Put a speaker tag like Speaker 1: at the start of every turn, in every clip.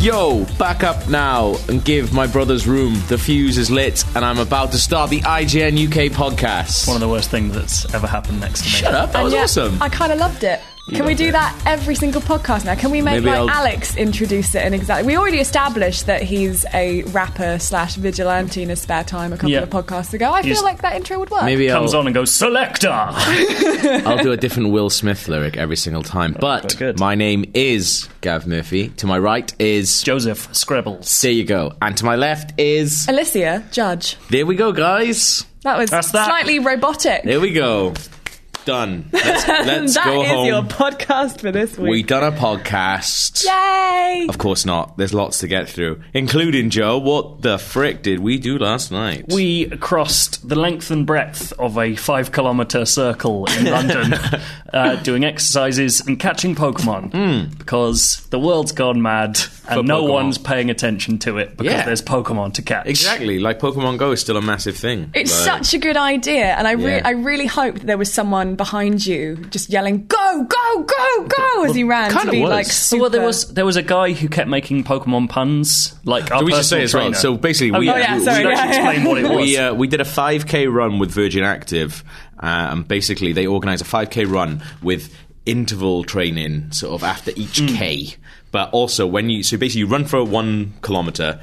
Speaker 1: Yo, back up now and give my brother's room. The fuse is lit, and I'm about to start the IGN UK podcast.
Speaker 2: One of the worst things that's ever happened next to me.
Speaker 1: Shut up! That
Speaker 3: And
Speaker 1: was
Speaker 3: yet,
Speaker 1: awesome.
Speaker 3: I kind of loved it. Can we
Speaker 1: loved
Speaker 3: do
Speaker 1: it.
Speaker 3: that every single podcast now? Can we make
Speaker 1: Maybe
Speaker 3: like
Speaker 1: I'll-
Speaker 3: Alex introduce it and exactly? We already established that he's a rapper slash vigilante in his spare time a couple
Speaker 2: Yeah.
Speaker 3: of podcasts ago. I
Speaker 2: He's-
Speaker 3: feel like that intro would work.
Speaker 1: Maybe
Speaker 2: Comes
Speaker 1: I'll,
Speaker 2: on and goes, Selector!
Speaker 1: I'll do a different Will Smith lyric every single time. But
Speaker 2: quite good.
Speaker 1: my name is Gav Murphy. To my right is.
Speaker 2: Joseph Scribbles.
Speaker 1: There you go. And to my left is.
Speaker 3: Alicia Judge.
Speaker 1: There we go, guys.
Speaker 3: That was
Speaker 2: That's that.
Speaker 3: slightly robotic.
Speaker 1: There we go. Done. Let's,
Speaker 3: That is
Speaker 1: let's go home.
Speaker 3: your podcast for this
Speaker 1: We
Speaker 3: week.
Speaker 1: done a podcast.
Speaker 3: Yay!
Speaker 1: Of course not. There's lots to get through, including Joe. What the frick did we do last night?
Speaker 2: We crossed the length and breadth of a five kilometre circle in London, uh, doing exercises and catching Pokemon because the world's gone mad and no
Speaker 1: Hmm. Pokemon.
Speaker 2: one's paying attention to it because
Speaker 1: Yeah.
Speaker 2: there's Pokemon to catch.
Speaker 1: exactly like Pokemon Go is still a massive thing.
Speaker 3: It's
Speaker 1: Like,
Speaker 3: such a good idea, and I, re-
Speaker 1: Yeah.
Speaker 3: I really hoped there was someone behind you just yelling "Go, go, go, go!" as he ran to
Speaker 1: kinda
Speaker 3: be
Speaker 1: was.
Speaker 3: like
Speaker 1: So
Speaker 3: super.
Speaker 2: Well, there was there was a guy who kept making Pokemon puns. Like our
Speaker 1: So we should
Speaker 2: personal
Speaker 1: say as well,
Speaker 2: trainer.
Speaker 1: so basically we-
Speaker 2: oh,
Speaker 1: Oh, yeah,
Speaker 2: we,
Speaker 3: sorry,
Speaker 2: should
Speaker 3: yeah,
Speaker 2: actually
Speaker 3: yeah.
Speaker 2: explain what it was.
Speaker 1: We uh, we did a 5k run with Virgin Active, uh, and basically they organise a 5k run with interval training, sort of after each
Speaker 2: Mm.
Speaker 1: k. But also when you so basically you run for one kilometer.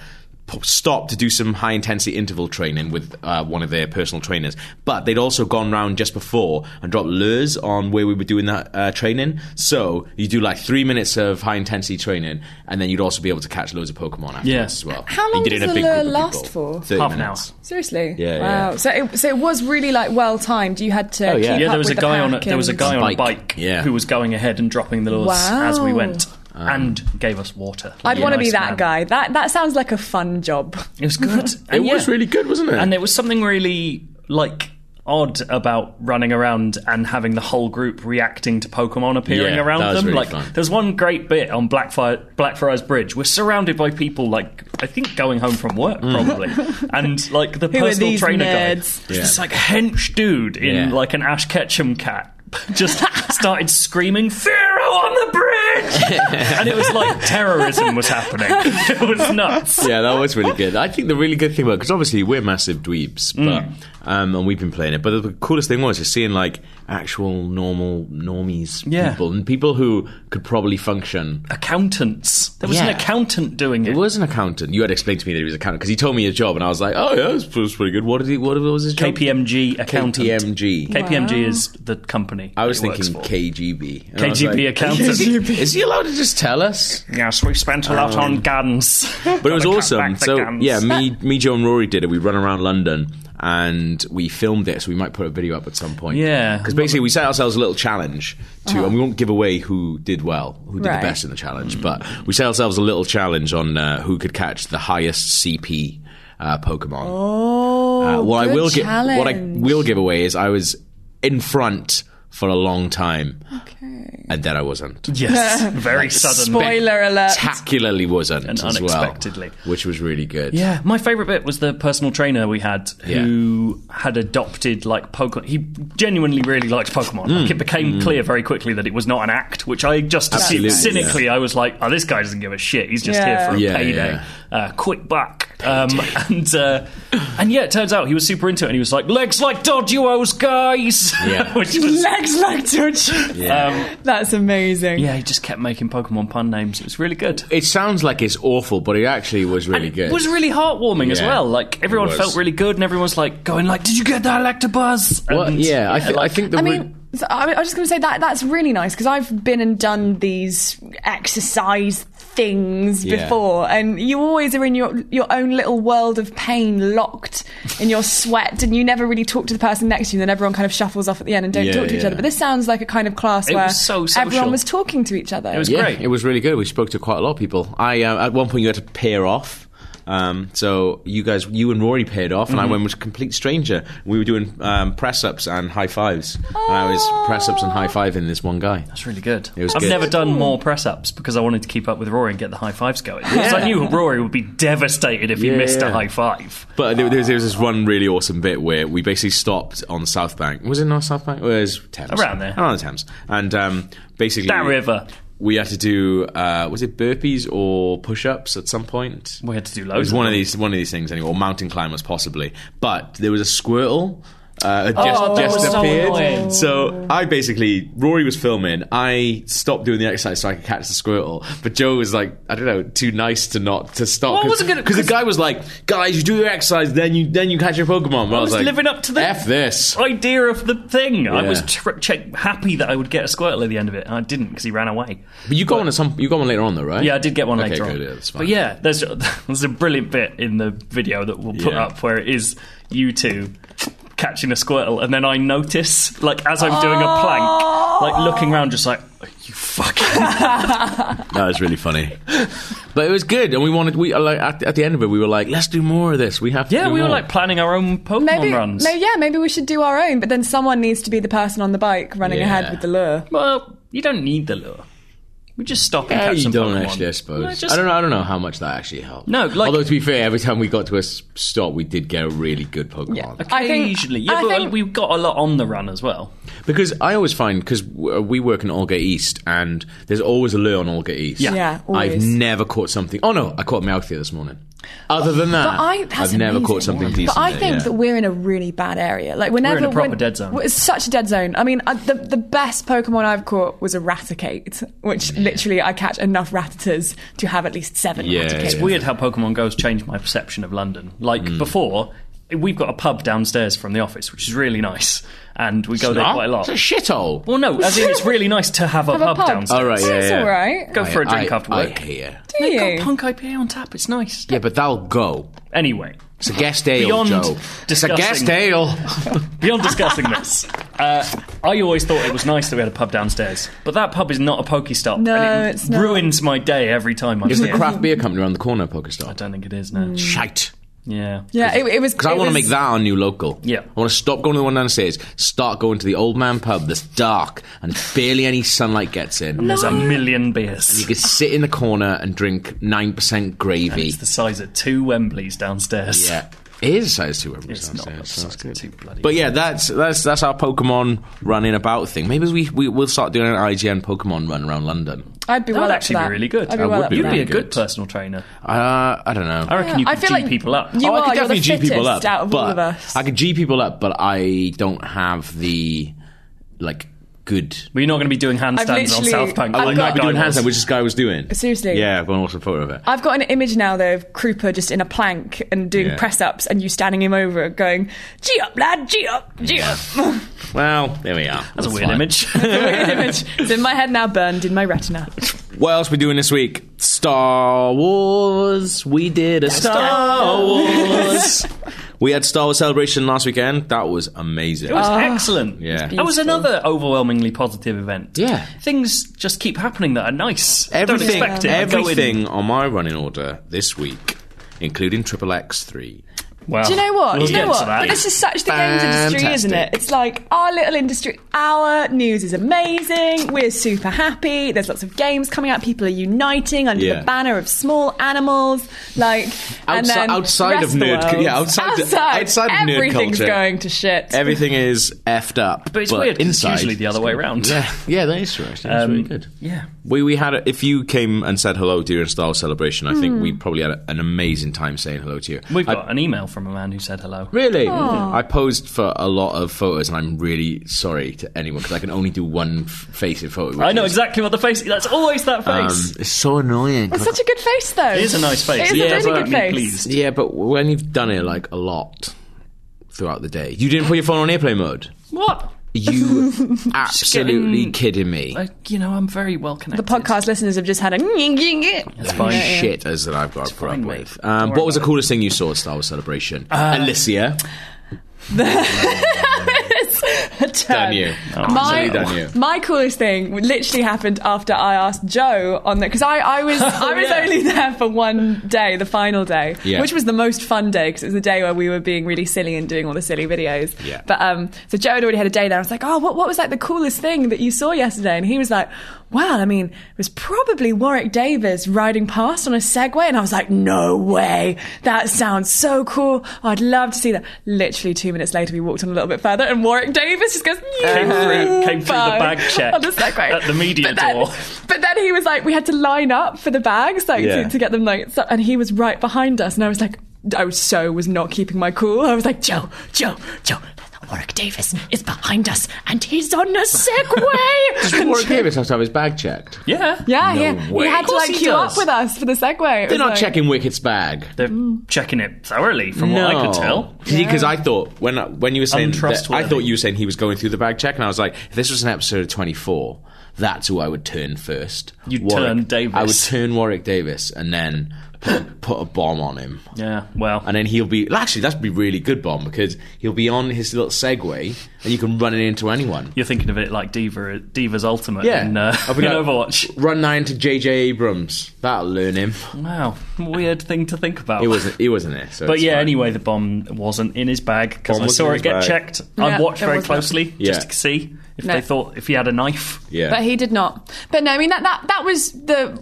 Speaker 1: p- Stop to do some high intensity interval training with uh, one of their personal trainers, but they'd also gone round just before and dropped lures on where we were doing that uh, training. So you do like three minutes of high intensity training, and then you'd also be able to catch loads of Pokemon afterwards
Speaker 2: Yeah.
Speaker 1: as well.
Speaker 3: How
Speaker 1: They
Speaker 3: long
Speaker 1: did it in
Speaker 3: does
Speaker 1: a
Speaker 3: the
Speaker 1: big
Speaker 3: lure
Speaker 1: group of
Speaker 3: last
Speaker 1: people.
Speaker 3: for?
Speaker 1: 30
Speaker 2: Half an
Speaker 1: minutes.
Speaker 2: hour.
Speaker 3: Seriously,
Speaker 1: Yeah,
Speaker 3: wow.
Speaker 1: yeah.
Speaker 3: So it so it was really like well timed. You had to.
Speaker 1: Oh, yeah.
Speaker 3: keep
Speaker 2: Yeah,
Speaker 3: up
Speaker 2: there was a
Speaker 3: with the
Speaker 2: guy on a,
Speaker 3: pack
Speaker 2: there was a
Speaker 3: and-
Speaker 2: guy on a
Speaker 1: Bike.
Speaker 2: bike
Speaker 1: Yeah. Ah.
Speaker 2: who was going ahead and dropping the lures
Speaker 3: Wow.
Speaker 2: as we went, and gave us water.
Speaker 3: I'd
Speaker 2: Yeah.
Speaker 3: want to be
Speaker 2: Nice
Speaker 3: that
Speaker 2: man.
Speaker 3: guy. That that sounds like a fun job.
Speaker 2: It was good.
Speaker 1: It
Speaker 2: And
Speaker 1: was
Speaker 2: yeah.
Speaker 1: really good, wasn't it?
Speaker 2: and there was something really like odd about running around and having the whole group reacting to Pokemon appearing
Speaker 1: Yeah,
Speaker 2: around
Speaker 1: that was
Speaker 2: them.
Speaker 1: really
Speaker 2: like
Speaker 1: fun.
Speaker 2: there's one great bit on Blackfri- Blackfriars Bridge. We're surrounded by people like I think going home from work
Speaker 1: Mm.
Speaker 2: probably, and like the
Speaker 3: are
Speaker 2: personal
Speaker 3: these
Speaker 2: trainer
Speaker 3: nerds?
Speaker 2: guy, yeah. this like hench dude in
Speaker 1: Yeah.
Speaker 2: like an Ash Ketchum cat. Just started screaming, Pharaoh on the bridge! and it was like terrorism was happening. It was nuts.
Speaker 1: yeah, that was really good. I think the really good thing about because obviously we're massive dweebs,
Speaker 2: Mm.
Speaker 1: but um, and we've been playing it. But the coolest thing was just seeing like actual normal normies
Speaker 2: Yeah.
Speaker 1: people and people who could probably function.
Speaker 2: accountants. There was
Speaker 1: Yeah.
Speaker 2: an accountant doing it.
Speaker 1: It was an accountant. You had explained to me that he was an accountant because he told me his job, and I was like, "Oh yeah, it was pretty good." What did he? What was his job?
Speaker 2: KPMG accountant.
Speaker 1: KPMG.
Speaker 2: KPMG is the company.
Speaker 1: I was
Speaker 2: he works
Speaker 1: thinking
Speaker 2: for.
Speaker 1: KGB. And I was
Speaker 2: KGB accountant.
Speaker 1: Is he allowed to just tell us?
Speaker 2: Yes, we spent a lot on guns.
Speaker 1: Um, but it was awesome. So yeah, me, me, Joe, and Rory did it. We run around London and we filmed it. So we might put a video up at some point.
Speaker 2: Yeah.
Speaker 1: because basically we set ourselves a little challenge to, and we won't give away who did well, who did
Speaker 3: Uh-huh. Right.
Speaker 1: the best in the
Speaker 2: Mm.
Speaker 1: challenge, but we set ourselves a little challenge on uh, who could catch the highest CP uh, Pokemon.
Speaker 3: Oh,
Speaker 1: Uh, what I
Speaker 3: good
Speaker 1: will gi- what I
Speaker 3: challenge.
Speaker 1: will give away is I was in front for a long time,
Speaker 3: Okay.
Speaker 1: and then I wasn't.
Speaker 2: yes, very sudden.
Speaker 3: Spoiler alert.
Speaker 1: Spectacularly wasn't
Speaker 2: And
Speaker 1: as well,
Speaker 2: unexpectedly.
Speaker 1: which was really good.
Speaker 2: Yeah, my favorite bit was the personal trainer we had who had adopted like Pokemon. He genuinely really liked Pokemon. Like, it became clear very quickly that it was not an act, which I just
Speaker 1: Mm. Absolutely,
Speaker 2: assumed cynically. I was like, "Oh, this guy doesn't give a shit. He's just
Speaker 3: Yeah.
Speaker 2: here for a
Speaker 1: Yeah,
Speaker 2: payday, Uh, quick buck." Um, and uh, and yeah, it turns out he was super into it, and he was like, "Legs like Dodgeos, guys,"
Speaker 1: Yeah.
Speaker 2: which was.
Speaker 3: Legs like touch.
Speaker 2: Um,
Speaker 3: That's amazing.
Speaker 2: yeah, he just kept making Pokemon pun names. It was really good.
Speaker 1: It sounds like it's awful, but it actually was really
Speaker 2: And
Speaker 1: good.
Speaker 2: It was really heartwarming as
Speaker 1: Yeah,
Speaker 2: well. Like everyone
Speaker 1: was.
Speaker 2: felt really good, and everyone's like going like, "Did you get that Electabuzz?"
Speaker 1: Well,
Speaker 2: And-
Speaker 1: yeah, I, th- I think the
Speaker 3: I
Speaker 1: re-
Speaker 3: mean, so I, I was just going to say that that's really nice because I've been and done these exercise things
Speaker 1: Yeah.
Speaker 3: before, and you always are in your your own little world of pain, locked in your sweat, and you never really talk to the person next to you. And then everyone kind of shuffles off at the end and don't
Speaker 1: Yeah,
Speaker 3: talk to each
Speaker 1: yeah.
Speaker 3: other. But this sounds like a kind of class
Speaker 2: It
Speaker 3: where
Speaker 2: was so social.
Speaker 3: everyone was talking to each other. It
Speaker 2: was
Speaker 1: yeah,
Speaker 2: great.
Speaker 1: it was really good. We spoke to quite a lot of people. I uh, at one point you had to pair off. Um, so you guys, you and Rory paired off,
Speaker 2: Mm-hmm.
Speaker 1: and I went with a complete stranger. We were doing um, press ups and high fives, and I
Speaker 2: Oh.
Speaker 1: was press ups and high fiving this one guy.
Speaker 2: It's really good.
Speaker 1: It was
Speaker 2: I've
Speaker 1: good.
Speaker 2: never done more press ups because I wanted to keep up with Rory and get the high fives going. Because I knew Rory would be devastated if he
Speaker 1: Yeah,
Speaker 2: missed
Speaker 1: yeah.
Speaker 2: a high five.
Speaker 1: But there, there, was, there was this one really awesome bit where we basically stopped on the South Bank. Was it not South Bank? It was Thames.
Speaker 2: Around there.
Speaker 1: Around the Thames. And um, basically.
Speaker 2: That river.
Speaker 1: we had to do uh, was it burpees or push-ups at some point?
Speaker 2: We had to do
Speaker 1: It was
Speaker 2: loads.
Speaker 1: one of these one of these things anyway, or mountain climbers possibly. But there was a squirtle. Uh, just,
Speaker 2: Oh, that
Speaker 1: just
Speaker 2: was so
Speaker 1: appeared.
Speaker 2: annoying.
Speaker 1: So I basically, Rory was filming. I stopped doing the exercise so I could catch the squirtle. But Joe was like, I don't know, too nice to not to stop.
Speaker 2: Well, I wasn't gonna-
Speaker 1: because the guy was like, guys, you do your exercise, then you then you catch your Pokemon. Well, I was
Speaker 2: was
Speaker 1: like,
Speaker 2: living up to the-
Speaker 1: f this.
Speaker 2: idea of the thing. I was
Speaker 1: Yeah.
Speaker 2: tr- check- happy that I would get a squirtle at the end of it, and I didn't because he ran away.
Speaker 1: But you got one at some. You got one later on though, right?
Speaker 2: Yeah, I did get one
Speaker 1: okay,
Speaker 2: later
Speaker 1: good,
Speaker 2: on.
Speaker 1: Yeah, that's fine.
Speaker 2: But yeah, there's there's a brilliant bit in the video that we'll put
Speaker 1: Yeah.
Speaker 2: up where it is you two catching a squirtle, and then I notice, like as I'm doing a plank, like looking around, just like you fucking.
Speaker 1: That was really funny. but it was good, and we wanted. We like at, at the end of it, we were like, let's do more of this. We have. To
Speaker 2: yeah,
Speaker 1: do
Speaker 2: we were
Speaker 1: more.
Speaker 2: like planning our own Pokemon
Speaker 3: Maybe,
Speaker 2: runs.
Speaker 3: may- yeah, maybe we should do our own, but then someone needs to be the person on the bike running
Speaker 1: Yeah.
Speaker 3: ahead with the lure.
Speaker 2: Well, you don't need the lure. We just stop and
Speaker 1: Yeah,
Speaker 2: catch
Speaker 1: you
Speaker 2: some
Speaker 1: don't
Speaker 2: Pokemon.
Speaker 1: actually, I suppose.
Speaker 2: No, just-
Speaker 1: I don't know. I don't know how much that actually helped.
Speaker 2: No, like-
Speaker 1: although to be fair, every time we got to a s- stop, we did get a really good Pokemon.
Speaker 3: Yeah. I think-
Speaker 2: Occasionally, yeah,
Speaker 3: I
Speaker 2: but
Speaker 3: think-
Speaker 2: we got a lot on the run as well.
Speaker 1: Because I always find because we work in Olga East, and there's always a lure on Olga East.
Speaker 2: Yeah.
Speaker 3: Yeah, always.
Speaker 1: I've never caught something. Oh no, I caught Meowthia this morning. Other than that,
Speaker 3: But I, that's
Speaker 1: have never
Speaker 3: amazing.
Speaker 1: caught something decent.
Speaker 3: But I
Speaker 1: yet,
Speaker 3: think
Speaker 1: yeah.
Speaker 3: that we're in a really bad area. Like whenever
Speaker 2: in a proper
Speaker 3: when-
Speaker 2: dead zone.
Speaker 3: well, It's such a dead zone. I mean, I, the the best Pokemon I've caught was Eradicate, which literally I catch enough Rattatas to have at least seven.
Speaker 1: Yeah,
Speaker 3: Rattata's.
Speaker 1: yeah. Hmm.
Speaker 2: Weird how Pokemon Go's changed my perception of London. Like before, we've got a pub downstairs from the office, which is really nice, and we go there
Speaker 1: Huh?
Speaker 2: quite a lot.
Speaker 1: It's a shithole.
Speaker 2: Well, no, as in it's really nice to have a,
Speaker 3: Have a
Speaker 2: pub,
Speaker 3: pub.
Speaker 2: downstairs.
Speaker 1: All right, yeah,
Speaker 3: That's
Speaker 1: yeah.
Speaker 3: all right.
Speaker 2: Go for a drink
Speaker 1: Oh, I,
Speaker 2: after
Speaker 1: I
Speaker 2: work.
Speaker 1: hear.
Speaker 3: Do
Speaker 2: They've
Speaker 3: you?
Speaker 2: got punk IPA on tap. It's nice.
Speaker 1: Yeah, but that'll go.
Speaker 2: Anyway,
Speaker 1: It's a guest ale,
Speaker 2: Beyond
Speaker 1: Joe. It's a
Speaker 2: discussing-
Speaker 1: guest ale.
Speaker 2: beyond discussing this, uh, I always thought it was nice that we had a pub downstairs, but that pub is not a Pokestop.
Speaker 3: No,
Speaker 2: and it
Speaker 3: it's not.
Speaker 2: ruins my day every time I'm
Speaker 1: Is the
Speaker 2: here.
Speaker 1: craft beer company around the corner,
Speaker 2: I
Speaker 1: Pokestop?
Speaker 2: don't think it is now.
Speaker 3: Mm.
Speaker 1: Shite.
Speaker 2: Yeah.
Speaker 3: Yeah, it, it was
Speaker 1: Because I
Speaker 3: it
Speaker 1: want to
Speaker 3: was-
Speaker 1: make that our new local.
Speaker 2: Yeah.
Speaker 1: I want to stop going to the one downstairs, start going to the old man pub that's dark and barely any sunlight gets in.
Speaker 2: There's a million beers.
Speaker 1: You can sit in the corner and drink 9% gravy.
Speaker 2: It's the size of two Wembleys downstairs.
Speaker 1: yeah. It is size 2 every
Speaker 2: It's not the
Speaker 1: downstairs. so
Speaker 2: size
Speaker 1: that's
Speaker 2: of
Speaker 1: good.
Speaker 2: two bloody.
Speaker 1: But yeah, that's that's that's our Pokemon running about thing. Maybe we, we we'll start doing an IGN Pokemon run around London.
Speaker 3: I'd be
Speaker 2: that
Speaker 3: well
Speaker 2: would
Speaker 3: up for
Speaker 2: actually be
Speaker 3: that.
Speaker 2: really good.
Speaker 3: I'd be
Speaker 1: I
Speaker 3: well
Speaker 1: would
Speaker 3: up
Speaker 1: be
Speaker 3: for
Speaker 2: You'd
Speaker 3: that.
Speaker 2: be
Speaker 1: really
Speaker 2: a good
Speaker 1: good.
Speaker 2: personal trainer.
Speaker 1: Uh, I don't know.
Speaker 2: I reckon you
Speaker 3: I
Speaker 2: could
Speaker 3: feel
Speaker 2: G
Speaker 3: like
Speaker 2: people up.
Speaker 3: you-
Speaker 1: oh, I
Speaker 3: are.
Speaker 1: could
Speaker 3: You're the
Speaker 1: definitely G people
Speaker 3: fittest
Speaker 1: up.
Speaker 3: out of
Speaker 1: but
Speaker 3: all of us.
Speaker 1: I could G people up, but I don't have the like good.
Speaker 2: Well, you're not going to be doing handstands on
Speaker 3: literally-
Speaker 2: South Bank.
Speaker 3: I
Speaker 2: like
Speaker 3: would
Speaker 1: I'm not
Speaker 3: not
Speaker 2: that
Speaker 1: be
Speaker 2: guy
Speaker 1: doing
Speaker 2: was.
Speaker 1: handstand, which this guy was doing.
Speaker 3: Seriously?
Speaker 1: Yeah, I've got an awesome photo of it.
Speaker 3: I've got an image now though of Krupa just in a plank and doing
Speaker 1: Yeah.
Speaker 3: press ups, and you standing him over, going, "Gee up, lad, gee up, gee up."
Speaker 1: Well, there we are.
Speaker 2: That's a weird
Speaker 1: fine.
Speaker 2: image.
Speaker 3: Weird image. It's in my head now, burned in my retina.
Speaker 1: What else we doing this week? Star Wars. We did a Star Wars. we had Star Wars celebration last weekend. That was amazing.
Speaker 2: It was excellent.
Speaker 1: Yeah. It's
Speaker 2: That was
Speaker 3: beautiful.
Speaker 2: another overwhelmingly positive event.
Speaker 1: Yeah.
Speaker 2: Things just keep happening that are nice.
Speaker 1: everything,
Speaker 2: Don't expect it. I go in-
Speaker 1: everything on my running order this week, including Triple X three.
Speaker 2: Wow.
Speaker 3: Do you know what?
Speaker 2: Oh, We'll
Speaker 3: Do you know
Speaker 2: get to
Speaker 3: what?
Speaker 2: that.
Speaker 3: But this is such the games industry, isn't it?
Speaker 1: Fantastic.
Speaker 3: It's like our little industry. Our news is amazing. We're super happy. There's lots of games coming out. People are uniting under
Speaker 1: Yeah.
Speaker 3: the banner of small animals. Like
Speaker 1: Outsi-
Speaker 3: and then
Speaker 1: outside
Speaker 3: rest
Speaker 1: of
Speaker 3: the
Speaker 1: nerd-
Speaker 3: world.
Speaker 1: yeah, outside-
Speaker 3: outside,
Speaker 1: outside of nerd
Speaker 3: everything's
Speaker 1: culture.
Speaker 3: going to shit.
Speaker 1: Everything is effed up,
Speaker 2: But it's weird 'cause it's
Speaker 1: inside,
Speaker 2: usually the other way around.
Speaker 1: Yeah, yeah, that is true. Actually, that's really good.
Speaker 2: Yeah.
Speaker 1: We we had a, if you came and said hello during Star Wars Celebration, I
Speaker 2: Hmm.
Speaker 1: think we probably had a, an amazing time saying hello to you.
Speaker 2: We've
Speaker 1: I-
Speaker 2: got an email from a man who said hello.
Speaker 1: Really? I posed for a lot of photos, and I'm really sorry to anyone because I can only do one f- face in photo.
Speaker 2: I know
Speaker 1: which is,
Speaker 2: exactly what the face. That's always that
Speaker 1: um,
Speaker 2: face.
Speaker 1: it's so annoying.
Speaker 3: It's such a good face though.
Speaker 2: it is a nice face.
Speaker 3: It is
Speaker 2: yeah,
Speaker 3: a really
Speaker 2: but
Speaker 3: good
Speaker 2: me
Speaker 3: face.
Speaker 2: pleased.
Speaker 1: yeah, but when you've done it like a lot throughout the day, you didn't put your phone on airplane mode.
Speaker 2: What?
Speaker 1: You absolutely
Speaker 2: getting-
Speaker 1: kidding me?
Speaker 2: I, you know, I'm very well
Speaker 3: The
Speaker 2: connected.
Speaker 3: podcast listeners have just had a.
Speaker 2: That's fine.
Speaker 1: Shit, as that I've got to put up
Speaker 2: fine, mate. Uh,
Speaker 1: with. Um, what was the coolest thing you saw at Star Wars Celebration? Alicia, done you.
Speaker 3: my,
Speaker 1: Absolutely done you.
Speaker 3: my coolest thing literally happened after I asked Joe on the because I, I was
Speaker 1: Oh,
Speaker 3: I was
Speaker 2: yeah.
Speaker 3: only there for one day, the final day,
Speaker 1: Yeah.
Speaker 3: which was the most fun day because it was the day where we were being really silly and doing all the silly videos.
Speaker 1: Yeah.
Speaker 3: But um, so Joe had already had a day there. I was like, oh, what what was like the coolest thing that you saw yesterday? And he was like, well, I mean, it was probably Warwick Davis riding past on a Segway, and I was like, no way, that sounds so cool. Oh, I'd love to see that. Literally two minutes later, we walked on a little bit further, and Warwick Davis just goes
Speaker 2: Came through, came through the
Speaker 3: bag
Speaker 2: bag check
Speaker 3: on the Segway.
Speaker 2: at the media
Speaker 3: but then,
Speaker 2: door.
Speaker 3: But then then he was like, we had to line up for the bags, like
Speaker 1: Yeah.
Speaker 3: to, to get them like, so, and he was right behind us, and I was like, I was so was not keeping my cool. I was like, Joe, Joe, Joe. Warwick Davis is behind us, and he's on a Segway. And
Speaker 4: Warwick
Speaker 3: Joe-
Speaker 4: Davis has to have his bag checked.
Speaker 2: Yeah.
Speaker 3: yeah, yeah.
Speaker 1: way.
Speaker 3: He had
Speaker 1: Of
Speaker 3: to
Speaker 2: course
Speaker 3: like
Speaker 2: he
Speaker 3: queue
Speaker 2: does.
Speaker 3: up with us for the Segway.
Speaker 4: They're not checking Wicket's bag.
Speaker 2: They're
Speaker 3: Mm.
Speaker 2: checking it thoroughly, from what I could tell.
Speaker 1: Because I thought when I- when you were saying, that, I
Speaker 2: Untrustworthy.
Speaker 1: thought you were saying he was going through the bag check, and I was like, if this was an episode of Twenty Four, that's who I would turn first.
Speaker 2: You'd turn Davis.
Speaker 1: I would turn Warwick Davis, and then put, put a bomb on him,
Speaker 2: Yeah. Well.
Speaker 1: and then he'll be actually that'd be really good bomb because he'll be on his little Segway, and you can run it into anyone.
Speaker 2: you're thinking of it like Diva, Diva's Ultimate
Speaker 1: Yeah,
Speaker 2: in, uh,
Speaker 1: I'll be
Speaker 2: in
Speaker 1: like,
Speaker 2: Overwatch.
Speaker 1: Run nine to J.J. Abrams. That'll learn him.
Speaker 2: Wow, weird thing to think about.
Speaker 1: It wasn't. It wasn't it. So
Speaker 2: But
Speaker 1: it's
Speaker 2: yeah,
Speaker 1: fine.
Speaker 2: anyway, the bomb wasn't in his bag because
Speaker 1: Bomb
Speaker 2: I
Speaker 1: wasn't
Speaker 2: saw
Speaker 1: in
Speaker 2: it
Speaker 1: his
Speaker 2: get
Speaker 1: bag.
Speaker 2: checked. I
Speaker 3: Yeah,
Speaker 2: watched
Speaker 3: it
Speaker 2: very
Speaker 3: wasn't.
Speaker 2: closely
Speaker 1: Yeah.
Speaker 2: just to see if
Speaker 3: No.
Speaker 2: they thought if he had a knife.
Speaker 1: Yeah.
Speaker 3: But he did not. But no, I mean that that that was the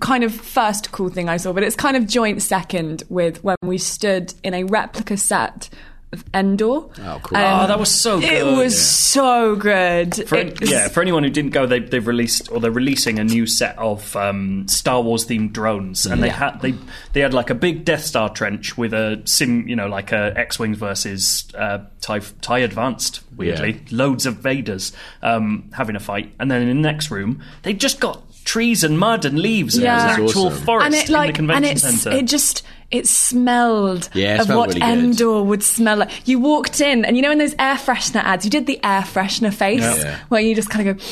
Speaker 3: kind of first cool thing I saw. But it's kind of joint second with when we stood in a replica set of Endor. Oh,
Speaker 1: cool.
Speaker 2: Oh, that was so good.
Speaker 3: It was so good.
Speaker 2: For,
Speaker 3: It was-
Speaker 2: yeah, for anyone who didn't go, they, they've released or they're releasing a new set of um, Star Wars themed drones, and they had they they had like a big Death Star trench with a sim, you know, like a X wings versus uh, Tie Tie Advanced. Weirdly, loads of Vaders um, having a fight, and then in the next room they just got trees and mud and leaves.
Speaker 3: Yeah.
Speaker 2: and it was an
Speaker 1: That's
Speaker 2: actual
Speaker 1: awesome.
Speaker 2: forest
Speaker 3: and it like
Speaker 2: in the
Speaker 3: and
Speaker 2: convention
Speaker 3: it's
Speaker 2: center.
Speaker 3: it just it smelled
Speaker 1: Yeah, it
Speaker 3: of
Speaker 1: smelled
Speaker 3: what
Speaker 1: really good.
Speaker 3: Endor would smell like. You walked in and you know in those air freshener ads, you did the air freshener face
Speaker 2: Yeah.
Speaker 1: Yeah.
Speaker 3: where you just kind of go.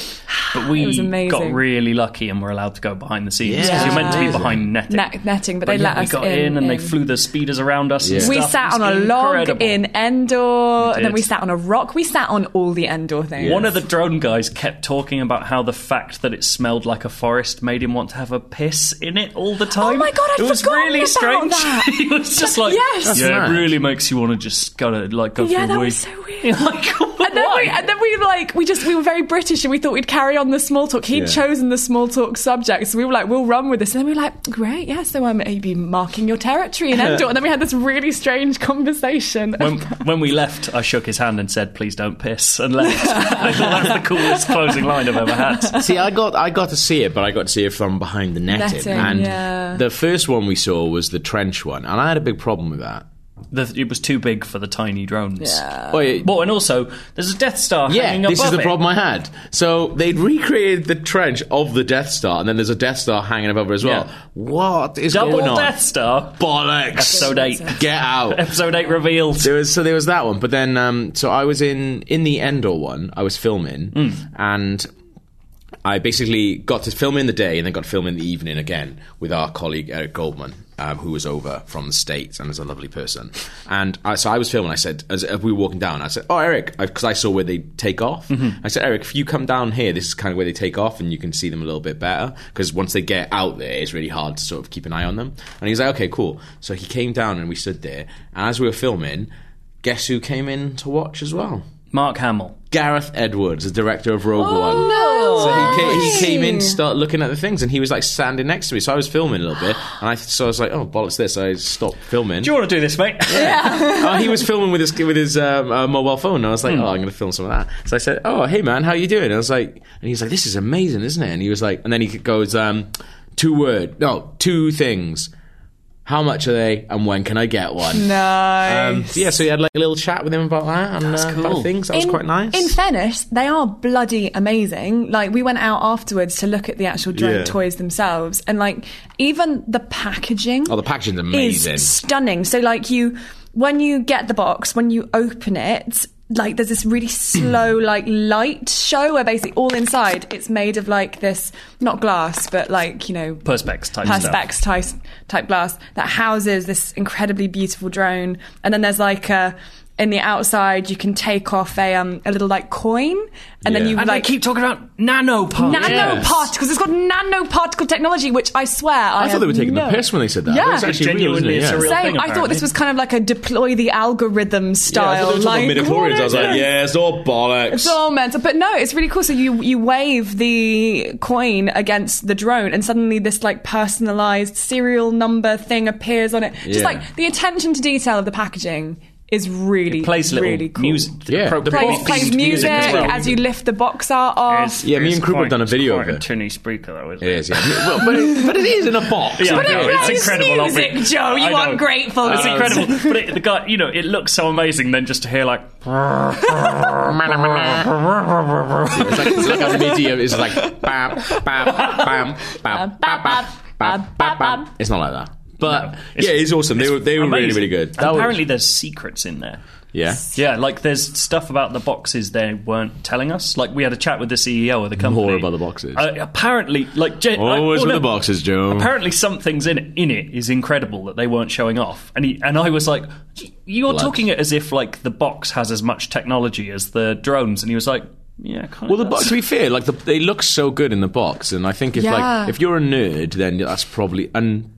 Speaker 2: but we
Speaker 3: it was amazing.
Speaker 2: got really lucky and were allowed to go behind the scenes because
Speaker 1: Yeah.
Speaker 2: you're meant to be
Speaker 1: Amazing.
Speaker 2: behind netting.
Speaker 3: net- netting, but, they
Speaker 2: yeah,
Speaker 3: let
Speaker 2: we
Speaker 3: us
Speaker 2: got in, and they
Speaker 3: in.
Speaker 2: flew the speeders around us. And
Speaker 1: Yeah.
Speaker 2: stuff.
Speaker 3: We
Speaker 2: It
Speaker 3: sat
Speaker 2: was
Speaker 3: on a log
Speaker 2: incredible.
Speaker 3: in Endor, and
Speaker 2: did.
Speaker 3: then we sat on a rock. We sat on all the Endor things.
Speaker 2: One of the drone guys kept talking about how the fact that it smelled like a forest made him want to have a piss in it all the time.
Speaker 3: Oh my God, I'd
Speaker 2: it was
Speaker 3: forgotten
Speaker 2: really
Speaker 3: about
Speaker 2: strange.
Speaker 3: that.
Speaker 2: he was just like,
Speaker 3: Yes. That's
Speaker 2: yeah,
Speaker 1: mad.
Speaker 2: it really makes you want to just go to like go
Speaker 3: Yeah,
Speaker 2: for a
Speaker 3: that
Speaker 2: wee.
Speaker 3: was so weird.
Speaker 2: like,
Speaker 3: And then, we, and then we like we just we were very British and we thought we'd carry on the small talk. He'd
Speaker 1: Yeah.
Speaker 3: chosen the small talk subject, so we were like, "We'll run with this." And then we were like, "Great, yeah." So I'm maybe marking your territory in Endor, and then we had this really strange conversation.
Speaker 2: when, when we left, I shook his hand and said, "Please don't piss," and left. I thought that's the coolest closing line I've ever had.
Speaker 1: See, I got I got to see it, but I got to see it from behind the netting.
Speaker 3: Netting,
Speaker 1: and
Speaker 3: yeah.
Speaker 1: the first one we saw was the trench one, and I had a big problem with that.
Speaker 2: The, it was too big for the tiny drones.
Speaker 3: Yeah.
Speaker 1: Oh, yeah,
Speaker 2: Uh, Well, and also there's a Death Star
Speaker 1: yeah,
Speaker 2: hanging
Speaker 1: this is
Speaker 2: above
Speaker 1: the
Speaker 2: it.
Speaker 1: problem I had. So they'd recreated the trench of the Death Star, and then there's a Death Star hanging above it as well.
Speaker 2: Yeah.
Speaker 1: What is
Speaker 2: Double
Speaker 1: going on?
Speaker 2: Death Star.
Speaker 1: Bollocks!
Speaker 2: Episode eight.
Speaker 1: Get out.
Speaker 2: Episode eight revealed.
Speaker 1: There was so there was that one, but then um, so I was in in the Endor one. I was filming, and I basically got to film in the day and then got to film in the evening again with our colleague Eric Goldman, um, who was over from the States and is a lovely person. And I, so I was filming. I said, as, as we were walking down, I said, Oh, Eric, because I saw where they take off. I said, Eric, if you come down here, this is kind of where they take off and you can see them a little bit better. Because once they get out there, it's really hard to sort of keep an eye on them. And he was like, Okay, cool. So he came down and we stood there. And as we were filming, guess who came in to watch as well?
Speaker 2: Mark Hamill.
Speaker 1: Gareth Edwards, the director of Rogue
Speaker 3: Oh,
Speaker 1: One. So he came, he came in to start looking at the things, and he was like standing next to me. So I was filming a little bit, and I so I was like, "Oh bollocks, this!" I stopped filming.
Speaker 2: Do you want to do this, mate?
Speaker 1: Uh, he was filming with his with his um, uh, mobile phone, and I was like, "Oh, I'm going to film some of that." So I said, "Oh, hey man, how you doing?" And I was like, and he was like, "This is amazing, isn't it?" And he was like, and then he goes, um, two word, no, two things. How much are they, and when can I get one?" Um,
Speaker 3: nice.
Speaker 1: yeah, so he had like a little chat with him about that and uh, about
Speaker 2: cool.
Speaker 1: things. That was
Speaker 3: in,
Speaker 1: quite nice.
Speaker 3: In fairness, they are bloody amazing. Like we went out afterwards to look at the actual drone
Speaker 1: Yeah.
Speaker 3: toys themselves, and like even the packaging.
Speaker 1: oh, the packaging's amazing.
Speaker 3: is stunning. So like you when you get the box, when you open it, like there's this really slow like light show where basically all inside it's made of like this not glass but like you know
Speaker 2: Perspex type stuff.
Speaker 3: perspex type, type glass that houses this incredibly beautiful drone and then there's like a in the outside you can take off a um a little like coin and then
Speaker 1: Yeah.
Speaker 3: you
Speaker 2: And
Speaker 3: like
Speaker 2: they keep talking about nanoparts.
Speaker 3: nanoparticles it's called nanoparticle technology which I swear I,
Speaker 1: I thought they were taking
Speaker 3: no.
Speaker 1: the piss when they said that.
Speaker 3: Yeah.
Speaker 1: That was actually real, isn't
Speaker 2: Genuinely,
Speaker 1: it?
Speaker 2: it's a
Speaker 1: Yeah.
Speaker 2: real
Speaker 3: Same.
Speaker 2: thing,
Speaker 3: I thought
Speaker 2: apparently.
Speaker 3: this was kind of like a deploy the algorithm style. like, what is this?
Speaker 1: it's all bollocks.
Speaker 3: It's all mental, but no, it's really cool. So you you wave the coin against the drone, and suddenly this like personalized serial number thing appears on it. Just
Speaker 1: Yeah.
Speaker 3: like the attention to detail of the packaging is really
Speaker 2: plays little
Speaker 3: really cool.
Speaker 2: music.
Speaker 1: Yeah.
Speaker 2: appro-
Speaker 1: The
Speaker 3: plays,
Speaker 2: beat
Speaker 3: plays
Speaker 2: music
Speaker 3: music
Speaker 2: as well.
Speaker 3: as you lift the box art off.
Speaker 2: It's-
Speaker 5: Yeah, me
Speaker 2: it's
Speaker 5: and Krupa
Speaker 2: quite-
Speaker 5: done a video
Speaker 2: it's
Speaker 5: of
Speaker 2: quite
Speaker 5: it.
Speaker 2: A tinny spreaker though, isn't
Speaker 5: It
Speaker 2: it?
Speaker 5: is, yeah. Well, but, it, but it is in a box.
Speaker 2: Yeah, I
Speaker 5: okay.
Speaker 2: know, it's
Speaker 3: plays
Speaker 2: incredible.
Speaker 3: music,
Speaker 2: obvi-
Speaker 3: Joe, you
Speaker 2: I know.
Speaker 3: ungrateful
Speaker 2: It's
Speaker 3: loser.
Speaker 2: incredible. but it, the guy, you know, it looks so amazing. Then just to hear like,
Speaker 1: It's like, it's like a MIDI. of- It's like bam, bam, bam, bam, bam, bam, bam, bam, bam. It's not like that. But
Speaker 5: yeah, it's awesome. They were they were really
Speaker 2: amazing.
Speaker 5: really good.
Speaker 2: And apparently, there's secrets in there.
Speaker 5: yeah.
Speaker 2: Yeah, like there's stuff about the boxes they weren't telling us. Like we had a chat with the CEO of the company.
Speaker 1: More about the boxes.
Speaker 2: Uh, apparently, like gen- I-
Speaker 1: Always
Speaker 2: well,
Speaker 1: with
Speaker 2: no,
Speaker 1: the boxes, Joe.
Speaker 2: Apparently, something's in it, in it is incredible that they weren't showing off. And he, and I was like, "Y- you're talking it as if like the box has as much technology as the drones. And he was like, yeah, kind
Speaker 1: Well, the box. To be fair, like the, they look so good in the box, and I think if
Speaker 3: Yeah.
Speaker 1: like if you're a nerd, then that's probably and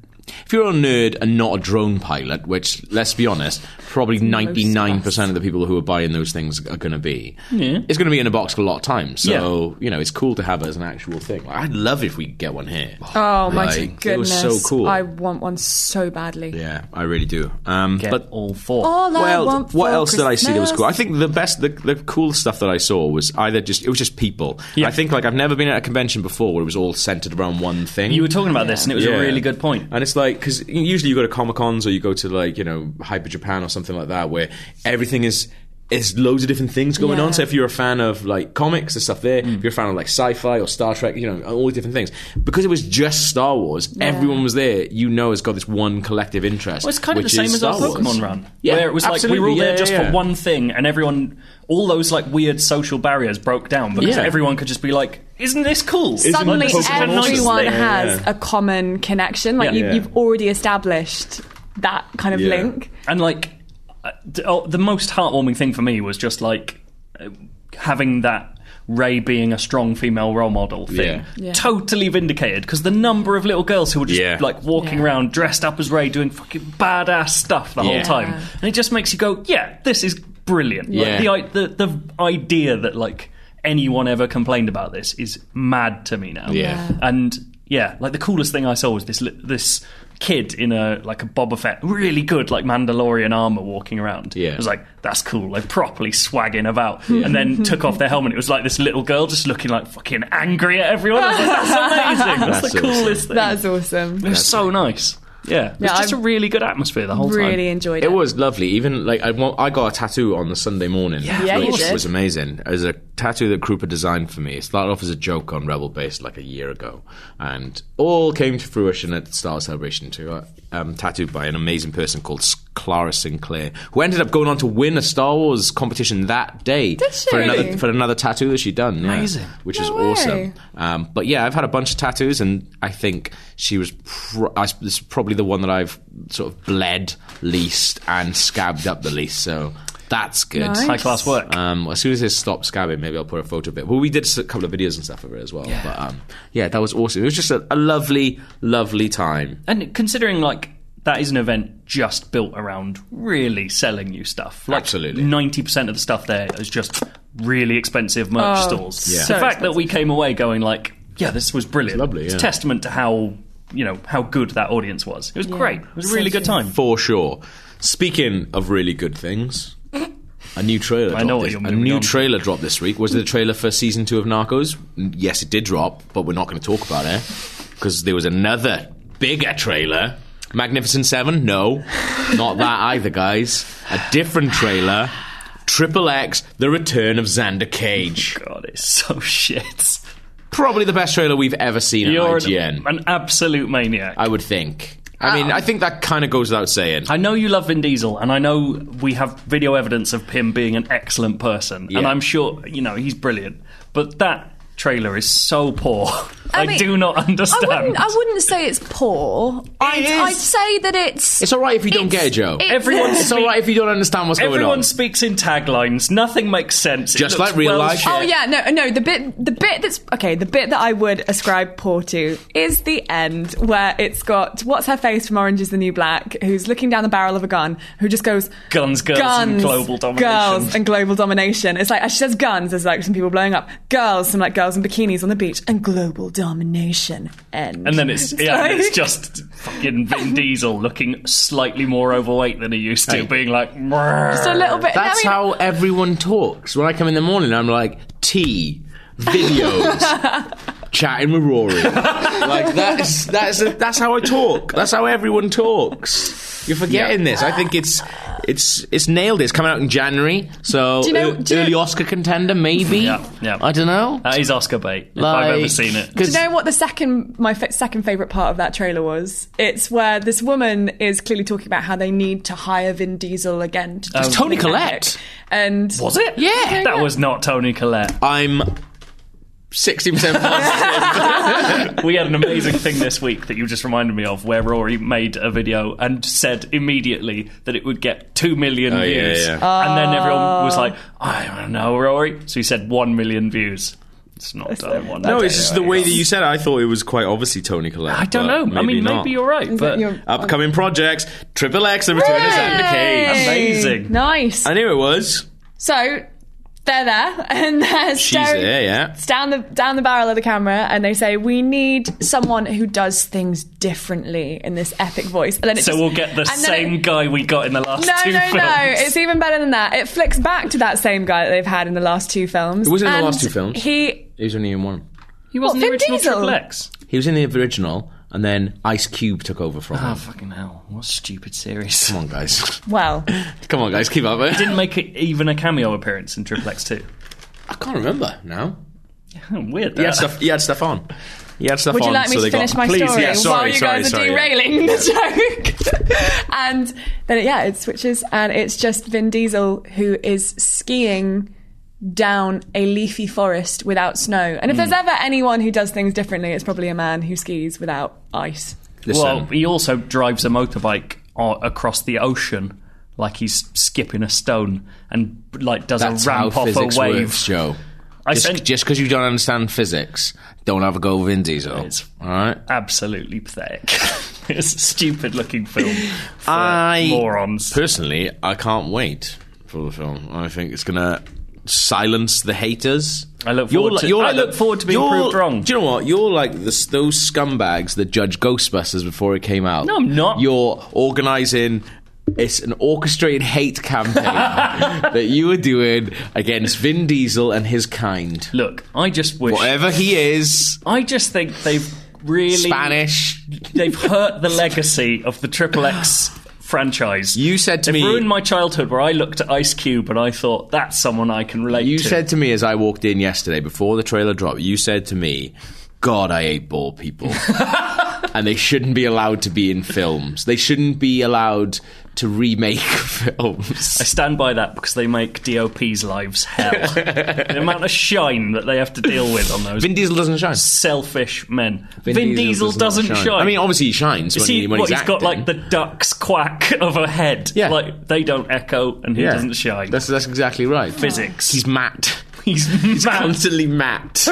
Speaker 1: if you're a nerd and not a drone pilot, which let's be honest, probably ninety nine percent of the people who are buying those things are going to be. It's going to be in a box for a lot of time, so you know it's cool to have it as an actual thing. Like, I'd love if we could get one here.
Speaker 3: Oh my
Speaker 1: Like,
Speaker 3: goodness!
Speaker 1: It was so cool.
Speaker 3: I want one so badly.
Speaker 5: Yeah, I really do. Um,
Speaker 2: but
Speaker 5: but
Speaker 2: all four.
Speaker 3: All I
Speaker 5: well,
Speaker 3: want
Speaker 5: what
Speaker 3: for
Speaker 5: else did I see that was cool? I
Speaker 3: Christmas-
Speaker 5: think the best, the, the cool stuff that I saw was either just it was just people. I think like I've never been at a convention before where it was all centered around one thing.
Speaker 2: you were talking about this, and it was
Speaker 5: Yeah.
Speaker 2: a really good point.
Speaker 5: And it's like because usually you go to comic cons or you go to like you know Hyper Japan or something like that, where everything is is loads of different things going
Speaker 3: Yeah.
Speaker 5: on. So if you're a fan of like comics and stuff
Speaker 2: Mm.
Speaker 5: there, if you're a fan of like sci-fi or Star Trek, you know all the different things. Because it was just Star Wars, everyone was there. You know, has got this one collective interest.
Speaker 2: Well, it's kind of the
Speaker 5: which
Speaker 2: same
Speaker 5: is
Speaker 2: as our
Speaker 5: Star Wars.
Speaker 2: Pokemon run,
Speaker 5: Yeah,
Speaker 2: where it was like we were
Speaker 5: absolutely.
Speaker 2: all
Speaker 5: Yeah,
Speaker 2: there just
Speaker 5: yeah, yeah.
Speaker 2: for one thing, and everyone, all those like weird social barriers broke down because
Speaker 5: Yeah.
Speaker 2: everyone could just be like, "Isn't this cool?"
Speaker 3: Suddenly,
Speaker 2: Like, this is a nice
Speaker 3: everyone
Speaker 2: thing.
Speaker 3: has a common connection. Like
Speaker 2: Yeah.
Speaker 3: you,
Speaker 5: Yeah.
Speaker 3: you've already established that kind of
Speaker 5: Yeah.
Speaker 3: link.
Speaker 2: And like, uh, d- oh, the most heartwarming thing for me was just like uh, having that Ray being a strong female role model thing
Speaker 5: Yeah.
Speaker 3: Yeah.
Speaker 2: totally vindicated because the number of little girls who were just
Speaker 5: Yeah.
Speaker 2: like walking
Speaker 3: Yeah.
Speaker 2: around dressed up as Ray doing fucking badass stuff the
Speaker 5: Yeah.
Speaker 2: whole time,
Speaker 3: Yeah.
Speaker 2: and it just makes you go, "Yeah, this is brilliant."
Speaker 1: Yeah.
Speaker 2: Like, the, i- the the idea that like anyone ever complained about this is mad to me now.
Speaker 1: Yeah. Yeah.
Speaker 2: And yeah, like the coolest thing I saw was this li- this kid in a like a Boba Fett, really good like Mandalorian armor, walking around.
Speaker 1: Yeah.
Speaker 2: it was like that's cool. They're properly swagging about, and then took off their helmet. It was like this little girl just looking like fucking angry at everyone. I was like, that's amazing. That's,
Speaker 1: That's
Speaker 2: the
Speaker 1: awesome.
Speaker 2: coolest thing.
Speaker 3: That is awesome.
Speaker 2: it was so nice. Yeah, it was
Speaker 3: Yeah,
Speaker 2: just
Speaker 3: I've
Speaker 2: a really good atmosphere the whole time.
Speaker 3: Really enjoyed it.
Speaker 1: It was lovely. Even like I, want, I got a tattoo on the Sunday morning,
Speaker 3: Yeah, you
Speaker 1: which
Speaker 3: did.
Speaker 1: was amazing. It was a tattoo that Krupa designed for me. It started off as a joke on Rebel Base like a year ago, and all came to fruition at Star Celebration. Too, uh, um, tattooed by an amazing person called S- Clara Sinclair, who ended up going on to win a Star Wars competition that day
Speaker 3: Did she?
Speaker 1: for another for another tattoo that she'd done. yeah,
Speaker 2: Amazing.
Speaker 1: which
Speaker 3: No
Speaker 1: is
Speaker 3: way.
Speaker 1: awesome. Um, but yeah, I've had a bunch of tattoos, and I think she was. Pro- I, this is probably the one that I've sort of bled least and scabbed up the least. So that's good.
Speaker 3: Nice.
Speaker 2: High class work.
Speaker 1: Um, as soon as this stops scabbing, maybe I'll put a photo bit. Well, we did a couple of videos and stuff of it as well. But um, yeah, that was awesome. It was just a, a lovely, lovely time.
Speaker 2: And considering like that is an event just built around really selling you stuff. Like,
Speaker 1: Absolutely.
Speaker 2: ninety percent of the stuff there is just really expensive merch
Speaker 3: Oh,
Speaker 2: stalls.
Speaker 3: Yeah.
Speaker 2: The
Speaker 3: so
Speaker 2: fact that we came away going like, yeah, this was brilliant.
Speaker 1: lovely,
Speaker 2: It's
Speaker 1: yeah.
Speaker 2: testament to how you know how good that audience was. It was great. It was a really good time.
Speaker 1: For sure. Speaking of really good things, a new trailer.
Speaker 2: I
Speaker 1: dropped
Speaker 2: know what
Speaker 1: this-
Speaker 2: you're
Speaker 1: A
Speaker 2: moving
Speaker 1: new
Speaker 2: on to.
Speaker 1: trailer dropped this week. Was it the trailer for season two of Narcos? Mm, Yes, it did drop, but we're not going to talk about it because there was another bigger trailer. Magnificent Seven? No, not that either, guys. A different trailer. Triple X: The Return of Xander Cage.
Speaker 2: God, it's so shit.
Speaker 1: Probably the best trailer we've ever seen at
Speaker 2: You're
Speaker 1: IGN.
Speaker 2: an, an absolute maniac.
Speaker 1: I would think. I mean, I think that kind of goes without saying.
Speaker 2: I know you love Vin Diesel, and I know we have video evidence of him being an excellent person, and
Speaker 1: Yeah.
Speaker 2: I'm sure you know he's brilliant. But that trailer is so poor. I,
Speaker 3: mean,
Speaker 2: do not
Speaker 3: I
Speaker 2: understand.
Speaker 3: wouldn't. I wouldn't say it's poor. I'd,
Speaker 2: is.
Speaker 3: I'd say that it's.
Speaker 1: It's all right if you don't get it, Joe.
Speaker 3: it's-
Speaker 2: Everyone
Speaker 1: It's all right if you don't understand what's going
Speaker 2: Everyone
Speaker 1: on.
Speaker 2: speaks in taglines. Nothing makes sense. It
Speaker 1: Just
Speaker 2: looks
Speaker 1: like real
Speaker 2: well
Speaker 1: life.
Speaker 2: shit.
Speaker 3: Oh yeah, no, no. The bit, the bit that's okay. The bit that I would ascribe poor to is the end where it's got what's her face from Orange Is the New Black, who's looking down the barrel of a gun, who just goes
Speaker 2: Guns, girls, and
Speaker 3: guns,
Speaker 2: global domination."
Speaker 3: girls, and global domination. It's like as she says guns, there's like some people blowing up, girls, some like girls in bikinis on the beach, and global domination end.
Speaker 2: And then it's yeah,
Speaker 3: like-
Speaker 2: and it's just fucking Vin Diesel looking slightly more overweight than he used to, being like
Speaker 3: Just a little bit.
Speaker 1: That's
Speaker 3: I mean,
Speaker 1: how everyone talks. When I come in the morning, I'm like tea, videos, chatting with Rory. Like that's that's that's how I talk. That's how everyone talks. You're forgetting this. I think it's it's it's nailed. It. It's coming out in January, so
Speaker 3: you know-
Speaker 1: ear-
Speaker 3: do you-
Speaker 1: early Oscar contender maybe.
Speaker 2: Yeah, yeah.
Speaker 1: I don't know.
Speaker 2: That is Oscar bait. if I've ever
Speaker 1: Like-
Speaker 2: seen it.
Speaker 1: 'cause-
Speaker 3: Do you know what the second my f- second favorite part of that trailer was? It's where this woman is clearly talking about how they need to hire Vin Diesel again. To do something
Speaker 1: Toni Collette.
Speaker 3: epic. and was
Speaker 2: it?
Speaker 1: Yeah.
Speaker 2: That was not Tony Collette.
Speaker 1: I'm sixty percent positive.
Speaker 2: We had an amazing thing this week that you just reminded me of, where Rory made a video and said immediately that it would get two million
Speaker 1: Oh, yeah,
Speaker 2: views,
Speaker 1: yeah.
Speaker 2: and then everyone was like, "I don't know, Rory." So he said one million views. It's not done one.
Speaker 1: no, it's just the way that you said. it. I thought it was quite obviously Tony Collette.
Speaker 2: I don't
Speaker 1: but
Speaker 2: know. I mean,
Speaker 1: not.
Speaker 2: maybe you're right, but
Speaker 1: Upcoming projects, Triple X, The Return of Xander Cage.
Speaker 2: amazing.
Speaker 3: Nice.
Speaker 1: I knew it was.
Speaker 3: So they're there, and they're
Speaker 1: She's
Speaker 3: staring
Speaker 1: there, yeah.
Speaker 3: it's down the down the barrel of the camera, and they say, "We need someone who does things differently in this epic voice." And then it
Speaker 2: So
Speaker 3: just-
Speaker 2: we'll get the
Speaker 3: and then it-
Speaker 2: same guy we got in the last
Speaker 3: no,
Speaker 2: two
Speaker 3: no,
Speaker 2: films.
Speaker 3: no! It's even better than that. It flicks back to that same guy that they've had in the last two films. It
Speaker 1: wasn't in the last two films.
Speaker 3: He
Speaker 1: He was only in one.
Speaker 2: he wasn't
Speaker 3: What,
Speaker 2: the
Speaker 3: Vin
Speaker 2: original
Speaker 3: Diesel?
Speaker 2: Triple X.
Speaker 1: He was in the original, and then Ice Cube took over from
Speaker 2: Oh
Speaker 1: him.
Speaker 2: fucking hell! What a stupid series.
Speaker 1: Come on, guys.
Speaker 3: well,
Speaker 1: Come on, guys. Keep up. eh?
Speaker 2: Didn't make it even a cameo appearance in Triple X Two.
Speaker 1: I can't remember now.
Speaker 2: Weird.
Speaker 1: He had
Speaker 2: that.
Speaker 1: stuff. He had stuff on. He had stuff
Speaker 3: Would
Speaker 1: on.
Speaker 3: you like me
Speaker 1: so
Speaker 3: to
Speaker 1: they
Speaker 3: finish
Speaker 1: got,
Speaker 3: my
Speaker 1: Please,
Speaker 3: story
Speaker 1: yeah, sorry,
Speaker 3: while you
Speaker 1: sorry,
Speaker 3: guys are
Speaker 1: sorry, yeah.
Speaker 3: derailing the joke? and then, it, yeah, it switches, and it's just Vin Diesel who is skiing down a leafy forest without snow. And if
Speaker 1: Hmm.
Speaker 3: there's ever anyone who does things differently, it's probably a man who skis without ice.
Speaker 1: Listen,
Speaker 2: Well, he also drives a motorbike o- across the ocean like he's skipping a stone and like does
Speaker 1: that's
Speaker 2: a ramp
Speaker 1: how
Speaker 2: off a
Speaker 1: physics
Speaker 2: wave.
Speaker 1: works, Joe.
Speaker 2: I
Speaker 1: Just
Speaker 2: sent-
Speaker 1: just because you don't understand physics, don't have a go with Vin Diesel.
Speaker 2: It's-
Speaker 1: All right.
Speaker 2: Absolutely pathetic. it's a stupid looking film for
Speaker 1: I-
Speaker 2: morons.
Speaker 1: Personally, I can't wait for the film. I think it's gonna silence the haters.
Speaker 2: I look forward to- I look forward to being
Speaker 1: you're-
Speaker 2: proved wrong.
Speaker 1: Do you know what? You're like this, those scumbags that judge Ghostbusters before it came out.
Speaker 2: No, I'm not.
Speaker 1: You're organising. It's an orchestrated hate campaign that you are doing against Vin Diesel and his kind.
Speaker 2: Look, I just wish.
Speaker 1: Whatever he is,
Speaker 2: I just think they've really
Speaker 1: Spanish.
Speaker 2: they've hurt the legacy of the Triple X franchise.
Speaker 1: You said to
Speaker 2: They've
Speaker 1: me.
Speaker 2: ruined my childhood where I looked at Ice Cube and I thought that's someone I can relate
Speaker 1: You
Speaker 2: to.
Speaker 1: said to me as I walked in yesterday before the trailer dropped, you said to me, God, I hate bald people. and they shouldn't be allowed to be in films. They shouldn't be allowed to remake
Speaker 2: I
Speaker 1: films.
Speaker 2: stand by that because they make DOP's lives hell. the amount of shine that they have to deal with on those
Speaker 1: Vin Diesel doesn't shine.
Speaker 2: selfish men. Vin, Diesel, doesn't, shine.
Speaker 1: I mean, obviously he shines when,
Speaker 2: You see,
Speaker 1: he, when
Speaker 2: what,
Speaker 1: he's
Speaker 2: he's got
Speaker 1: acting.
Speaker 2: like the duck's quack of a head.
Speaker 1: Yeah.
Speaker 2: Like, they don't echo and he
Speaker 1: Yeah.
Speaker 2: doesn't shine.
Speaker 1: That's, that's exactly right.
Speaker 2: physics.
Speaker 1: He's matte.
Speaker 2: he's, mad.
Speaker 1: Constantly matte.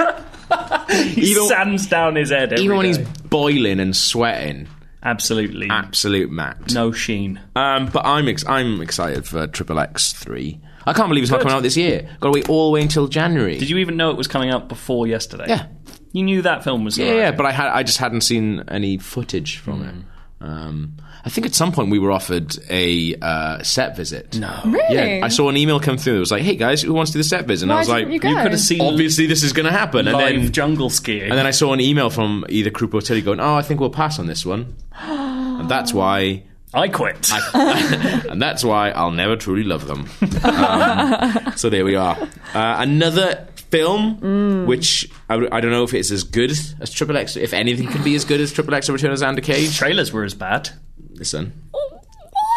Speaker 2: He
Speaker 1: even-
Speaker 2: sands down his head every
Speaker 1: Even when he's
Speaker 2: day.
Speaker 1: boiling and sweating,
Speaker 2: Absolutely
Speaker 1: absolute matte.
Speaker 2: no sheen.
Speaker 1: Um, but I'm ex- I'm excited for Triple X three. I can't believe it's not coming out this year. Got to wait all the way until January.
Speaker 2: Did you even know it was coming out before yesterday?
Speaker 1: Yeah.
Speaker 2: You knew that film was
Speaker 1: yeah,
Speaker 2: arriving.
Speaker 1: yeah, but I had I just hadn't seen any footage from it.
Speaker 2: Hmm.
Speaker 1: Um, I think at some point we were offered a uh, set visit. No,
Speaker 3: Really?
Speaker 1: Yeah, I saw an email come through. that was like, "Hey guys, who wants to do the set visit?" And
Speaker 3: Why
Speaker 1: I was
Speaker 3: didn't
Speaker 1: like,
Speaker 3: you go? You
Speaker 2: could have seen
Speaker 1: Obviously, this is going to happen. And
Speaker 2: Live
Speaker 1: then
Speaker 2: jungle skiing.
Speaker 1: and then I saw an email from either Krupa or Tilly going, "Oh, I think we'll pass on this one," and that's why
Speaker 2: I quit.
Speaker 1: and that's why I'll never truly love them. Um, so there we are. Uh, another film,
Speaker 3: Mm.
Speaker 1: which I, w- I don't know if it's as good as Triple X, if anything could be as good as Triple X or Return of Xander Cage.
Speaker 2: Trailers were as bad.
Speaker 1: Listen,
Speaker 2: Oh,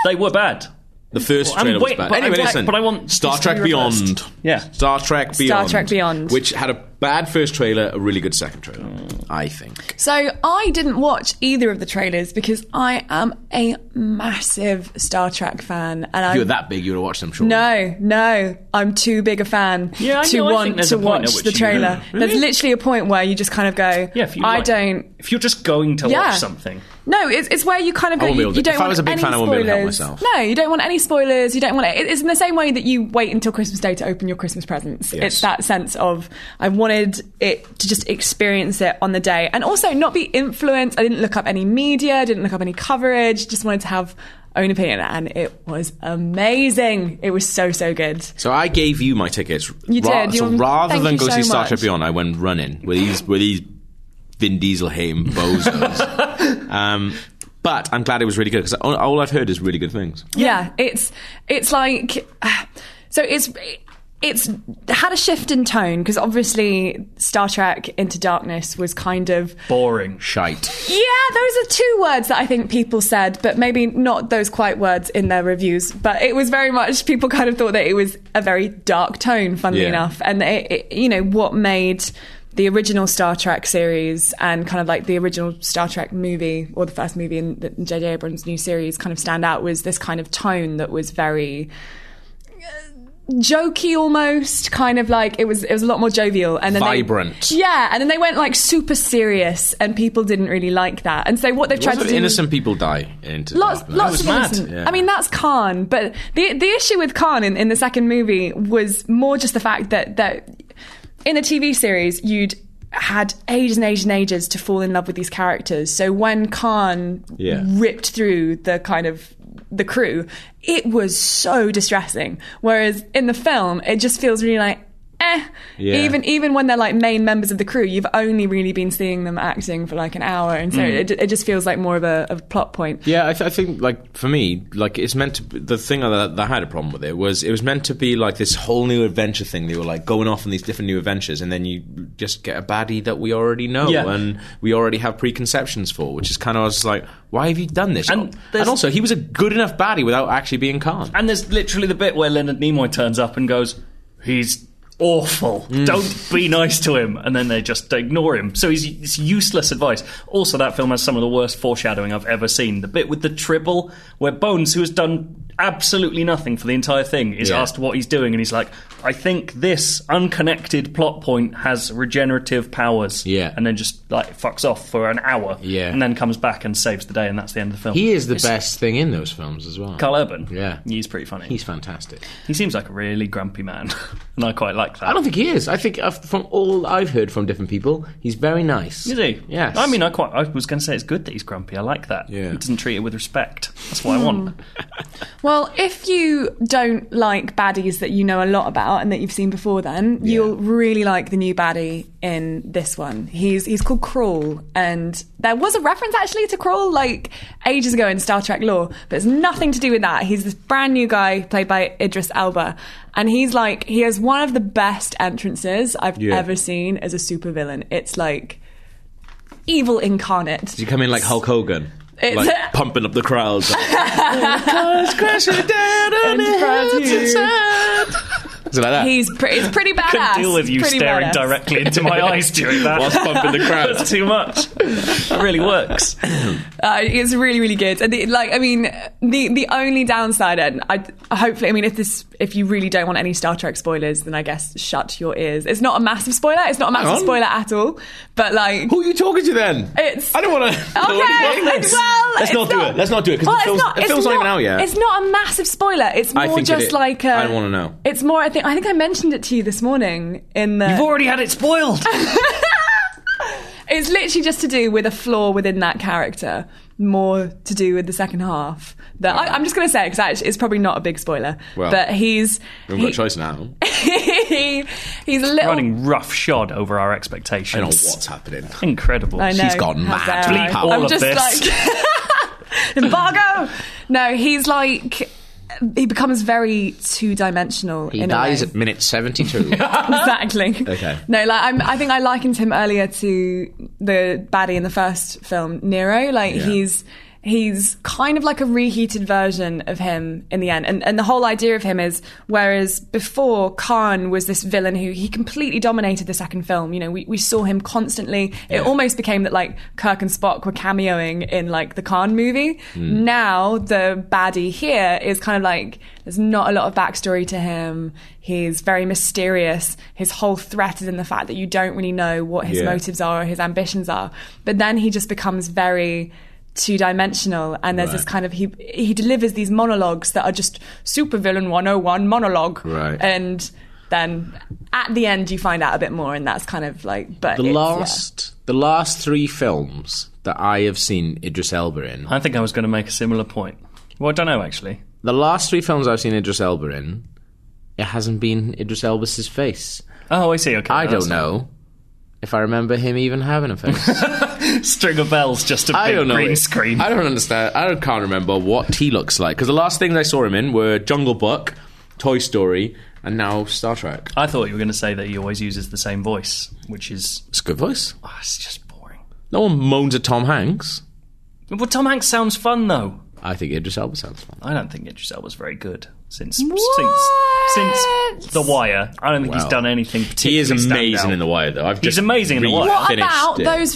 Speaker 2: They were bad.
Speaker 1: the first
Speaker 2: Well, I'm
Speaker 1: trailer was
Speaker 2: wait-
Speaker 1: bad.
Speaker 2: but I
Speaker 1: Anyway,
Speaker 2: want-
Speaker 1: listen,
Speaker 2: but I want
Speaker 1: Star
Speaker 2: this to be
Speaker 1: Trek Beyond.
Speaker 2: reversed. Yeah.
Speaker 1: Star Trek Beyond.
Speaker 3: Trek Beyond. Mm.
Speaker 1: Which had a bad first trailer, a really good second trailer, I think.
Speaker 3: So I didn't watch either of the trailers because I am a massive Star Trek fan, and I
Speaker 1: If you were that big, you would have watched them, sure.
Speaker 3: No, no, I'm too big a fan
Speaker 2: Yeah, I
Speaker 3: to
Speaker 2: know, I think
Speaker 3: want
Speaker 2: there's
Speaker 3: to
Speaker 2: a point
Speaker 3: watch
Speaker 2: at which
Speaker 3: the
Speaker 2: you-
Speaker 3: trailer. There's literally a point where you just kind of go,
Speaker 2: Yeah, if you
Speaker 3: I
Speaker 2: like-
Speaker 3: don't
Speaker 2: If you're just going to
Speaker 3: Yeah.
Speaker 2: watch something,
Speaker 3: No, it's, it's where you kind of go.
Speaker 1: won't be
Speaker 3: You,
Speaker 1: able
Speaker 3: you
Speaker 1: to-
Speaker 3: don't
Speaker 1: if I
Speaker 3: want
Speaker 1: was a big
Speaker 3: any
Speaker 1: fan, I
Speaker 3: spoilers.
Speaker 1: wouldn't be able to help myself.
Speaker 3: No, you don't want any spoilers. You don't want it. It's in the same way that you wait until Christmas Day to open your Christmas presents. It's that sense of I wanted it to just experience it on the day, and also not be influenced. I didn't look up any media, didn't look up any coverage. Just wanted to have own opinion, and it was amazing. It was so so good.
Speaker 1: So I gave you my tickets.
Speaker 3: You did. You-
Speaker 1: so rather
Speaker 3: thank
Speaker 1: than
Speaker 3: you
Speaker 1: go
Speaker 3: so
Speaker 1: see Star
Speaker 3: much.
Speaker 1: Trek Beyond, I went running with these with these Vin Diesel hating bozos. um, but I'm glad it was really good because all, all I've heard is really good things.
Speaker 3: yeah it's it's like so it's it's had a shift in tone because obviously star trek into darkness was kind of
Speaker 2: boring.
Speaker 1: Shite.
Speaker 3: yeah those are two words that i think people said but maybe not those quite words in their reviews but it was very much people kind of thought that it was a very dark tone funnily
Speaker 1: Yeah.
Speaker 3: enough and it, it, you know what made the original Star Trek series and kind of like the original Star Trek movie or the first movie in the- in J.J. Abrams' new series kind of stand out was this kind of tone that was very uh, jokey almost kind of like it was it was a lot more jovial and then they-
Speaker 1: Vibrant.
Speaker 3: yeah and then they went like super serious and people didn't really like that and so what they've tried
Speaker 1: Lots
Speaker 3: to
Speaker 1: of
Speaker 3: do
Speaker 1: innocent people die into
Speaker 3: lots,
Speaker 1: Darkness.
Speaker 3: lots
Speaker 2: was
Speaker 3: of
Speaker 2: mad.
Speaker 3: innocent.
Speaker 1: Yeah.
Speaker 3: I mean, that's Khan, but the the issue with Khan in, in the second movie was more just the fact that that in the TV series you'd had ages and ages and ages to fall in love with these characters. So when Khan
Speaker 1: Yeah.
Speaker 3: ripped through the kind of the crew, it was so distressing. Whereas in the film, it just feels really like. Eh.
Speaker 1: Yeah.
Speaker 3: Even even when they're like main members of the crew, you've only really been seeing them acting for like an hour, and so it,
Speaker 1: Mm.
Speaker 3: it just feels like more of a, of a plot point.
Speaker 1: Yeah, I, th- I think like for me, like it's meant to. Be, the thing that, that I had a problem with it was it was meant to be like this whole new adventure thing. They were like going off on these different new adventures, and then you just get a baddie that we already know
Speaker 2: Yeah.
Speaker 1: and we already have preconceptions for, which is kind of I was just like, why have you done this?
Speaker 2: And
Speaker 1: And,
Speaker 2: there's-
Speaker 1: also, he was a good enough baddie without actually being Khan.
Speaker 2: And there's literally the bit where Leonard Nimoy turns up and goes, "He's awful. Don't be nice to him." And then they just ignore him. So he's it's useless advice. Also, that film has some of the worst foreshadowing I've ever seen. The bit with the tribble where Bones, who has done absolutely nothing for the entire thing, is
Speaker 1: Yeah.
Speaker 2: asked what he's doing, and he's like, "I think this unconnected plot point has regenerative powers."
Speaker 1: Yeah.
Speaker 2: and then just like fucks off for an hour.
Speaker 1: Yeah.
Speaker 2: and then comes back and saves the day, and that's the end of the film.
Speaker 4: He is the best thing in those films as well.
Speaker 2: Carl Urban.
Speaker 4: Yeah.
Speaker 2: he's pretty funny.
Speaker 4: He's fantastic.
Speaker 2: He seems like a really grumpy man, and I quite like that.
Speaker 4: I don't think he is. I think uh, from all I've heard from different people, he's very nice.
Speaker 2: Is he?
Speaker 4: Yes.
Speaker 2: I mean, I quite. I was going to say it's good that he's grumpy. I like that.
Speaker 1: Yeah.
Speaker 2: He doesn't treat it with respect. That's what I want.
Speaker 3: Well, if you don't like baddies that you know a lot about and that you've seen before, then you'll really like the new baddie in this one. He's he's called Crawl, and there was a reference actually to Crawl like ages ago in Star Trek lore, but it's nothing to do with that. He's this brand new guy played by Idris Elba, and he's like he has one of the best entrances I've
Speaker 1: Yeah.
Speaker 3: ever seen as a supervillain. It's like evil incarnate.
Speaker 1: Did you come in like Hulk Hogan?
Speaker 3: It's-
Speaker 1: like pumping up the crowds. Is it like that?
Speaker 3: He's pre- it's pretty badass.
Speaker 2: Couldn't deal with you
Speaker 3: Pretty
Speaker 2: staring
Speaker 3: badass.
Speaker 2: directly into my eyes during that.
Speaker 1: Whilst pumping the crowd.
Speaker 2: That's too much. That really works.
Speaker 3: Uh, it's really, really good. And the, like, I mean, the the only downside, and I hopefully, I mean, if this, if you really don't want any Star Trek spoilers, then I guess shut your ears. It's not a massive spoiler. It's not a massive
Speaker 1: on.
Speaker 3: spoiler at all. But like,
Speaker 1: Who are you talking to then?
Speaker 3: It's-
Speaker 1: I don't want to.
Speaker 3: okay, it's- well,
Speaker 1: let's
Speaker 3: it's
Speaker 1: not do it. Let's not do it because
Speaker 3: Well,
Speaker 1: the film's,
Speaker 3: it's not.
Speaker 1: the
Speaker 3: it's
Speaker 1: film's not, even out yet.
Speaker 3: It's not a massive spoiler. It's more
Speaker 1: I think it
Speaker 3: just
Speaker 1: is.
Speaker 3: like I
Speaker 1: I don't wanna know.
Speaker 3: It's more. I think. I think I mentioned it to you this morning in the.
Speaker 2: I've already had it spoiled.
Speaker 3: It's literally just to do with a flaw within that character, more to do with the second half. That I, I'm just going to say because it's probably not a big spoiler.
Speaker 1: Well,
Speaker 3: but he's
Speaker 1: We've got
Speaker 3: he-
Speaker 1: a choice now.
Speaker 3: he, he's a little.
Speaker 2: Running rough shod over our
Speaker 1: I
Speaker 2: expectations.
Speaker 1: don't know what's happening.
Speaker 2: Incredible.
Speaker 3: I know.
Speaker 1: She's gone
Speaker 3: How
Speaker 1: mad.
Speaker 3: dare
Speaker 1: Bleep
Speaker 3: I.
Speaker 2: all
Speaker 3: I'm
Speaker 2: of
Speaker 3: just
Speaker 2: this.
Speaker 3: like embargo. No, he's like he becomes very two dimensional.
Speaker 4: he
Speaker 3: in
Speaker 4: dies
Speaker 3: a way.
Speaker 4: at minute 72.
Speaker 3: exactly.
Speaker 1: Okay.
Speaker 3: No, like I'm, I think I likened him earlier to the baddie in the first film, Nero. Like
Speaker 1: Yeah.
Speaker 3: he's he's kind of like a reheated version of him in the end. And and the whole idea of him is whereas before Khan was this villain who he completely dominated the second film. You know, we, we saw him constantly. It almost became that like Kirk and Spock were cameoing in like the Khan movie. Now the baddie here is kind of like there's not a lot of backstory to him. He's very mysterious. His whole threat is in the fact that you don't really know what his
Speaker 1: Yeah.
Speaker 3: motives are or his ambitions are. But then he just becomes very two dimensional and there's this
Speaker 1: Right.
Speaker 3: kind of he he delivers these monologues that are just supervillain 101 monologue.
Speaker 1: Right.
Speaker 3: And then at the end you find out a bit more and that's kind of like but
Speaker 4: The
Speaker 3: it's- yeah.
Speaker 4: last, the last three films that I have seen Idris Elba in,
Speaker 2: I think I was going to make a similar point. Well, I don't know actually.
Speaker 4: the last three films I've seen Idris Elba in, it hasn't been Idris Elba's face.
Speaker 2: Oh, I see. Okay,
Speaker 4: I
Speaker 2: that's-
Speaker 4: don't know if I remember him even having a face.
Speaker 2: String of bells, just a
Speaker 4: I
Speaker 2: big
Speaker 4: don't know.
Speaker 2: green
Speaker 4: it.
Speaker 2: screen.
Speaker 4: I don't understand. I don't, can't remember what he looks like because the last things I saw him in were Jungle Book, Toy Story, and now Star Trek.
Speaker 2: I thought you were going to say that he always uses the same voice, which is
Speaker 4: It's a good voice.
Speaker 2: oh, it's just boring.
Speaker 4: No one moans at Tom Hanks.
Speaker 2: Well, Tom Hanks sounds fun though.
Speaker 4: I think Idris Elba sounds fun.
Speaker 2: I don't think Idris Elba's very good since since
Speaker 3: What?
Speaker 2: since The Wire. I don't think he's
Speaker 4: Wow.
Speaker 2: done anything
Speaker 1: He
Speaker 2: particularly.
Speaker 1: is amazing
Speaker 2: standout.
Speaker 1: in The Wire, though. I've
Speaker 2: He's
Speaker 1: just
Speaker 2: amazing in The
Speaker 1: re-
Speaker 2: Wire.
Speaker 3: what
Speaker 1: finished
Speaker 3: about
Speaker 1: it.
Speaker 3: those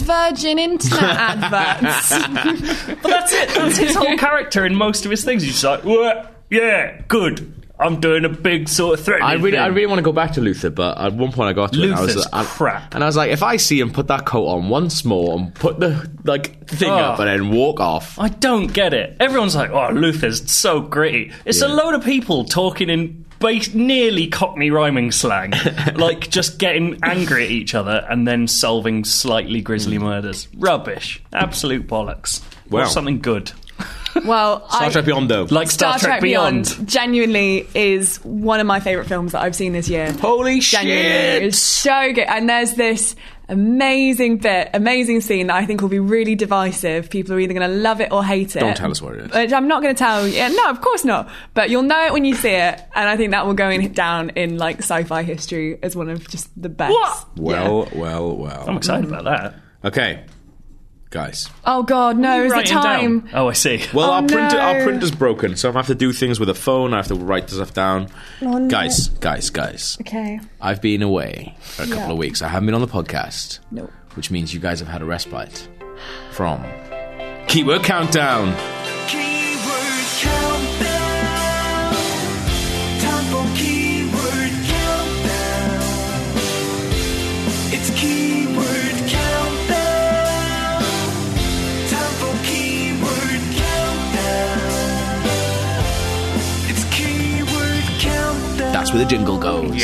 Speaker 3: virgin internet adverts?
Speaker 2: But that's it. That's his whole character in most of his things. He's just like, "Wah, yeah, good. I'm doing a big sort of threat.
Speaker 4: I really, I really want to go back to Luther, but at one point I got to it. And I was,
Speaker 2: Luther's
Speaker 4: I-
Speaker 2: crap.
Speaker 4: and I was like, if I see him put that coat on once more and put the like thing up
Speaker 2: Oh.
Speaker 4: and then walk off,
Speaker 2: I don't get it. Everyone's like, "Oh, Luther's so gritty." It's a load of people talking in base, nearly Cockney rhyming slang, like just getting angry at each other and then solving slightly
Speaker 1: Mm.
Speaker 2: grisly murders. Rubbish. Absolute bollocks. Or
Speaker 1: Wow.
Speaker 2: something good,
Speaker 3: well,
Speaker 1: Star
Speaker 3: I,
Speaker 1: Trek Beyond, though.
Speaker 2: like Star, Trek, Beyond.
Speaker 3: genuinely is one of my favorite films that I've seen this year.
Speaker 1: holy
Speaker 3: Genuinely,
Speaker 1: shit!
Speaker 3: it's so good. And there's this amazing bit, amazing scene that I think will be really divisive. People are either going to love it or hate it.
Speaker 4: Don't tell us what it is.
Speaker 3: But I'm not going to tell. Yeah, no, of course not. But you'll know it when you see it, and I think that will go in, down in like sci-fi history as one of just the best.
Speaker 2: What?
Speaker 4: well, well, well.
Speaker 2: I'm excited about that.
Speaker 4: Okay, guys.
Speaker 3: Oh God, no! Is the
Speaker 2: Writing
Speaker 3: time?
Speaker 2: down. Oh, I see.
Speaker 1: Well,
Speaker 3: Oh,
Speaker 1: our printer, our
Speaker 3: no.
Speaker 1: printer's broken, so I have to do things with a phone. I have to write stuff down.
Speaker 3: no.
Speaker 4: Guys, guys, guys.
Speaker 3: Okay.
Speaker 4: I've been away for a couple of weeks. I haven't been on the podcast.
Speaker 3: No.
Speaker 4: Which means you guys have had a respite from Keyword Countdown.
Speaker 6: Keyword countdown. Time for keyword countdown. It's keyword countdown. Time for keyword countdown. It's keyword countdown.
Speaker 4: That's where the jingle goes.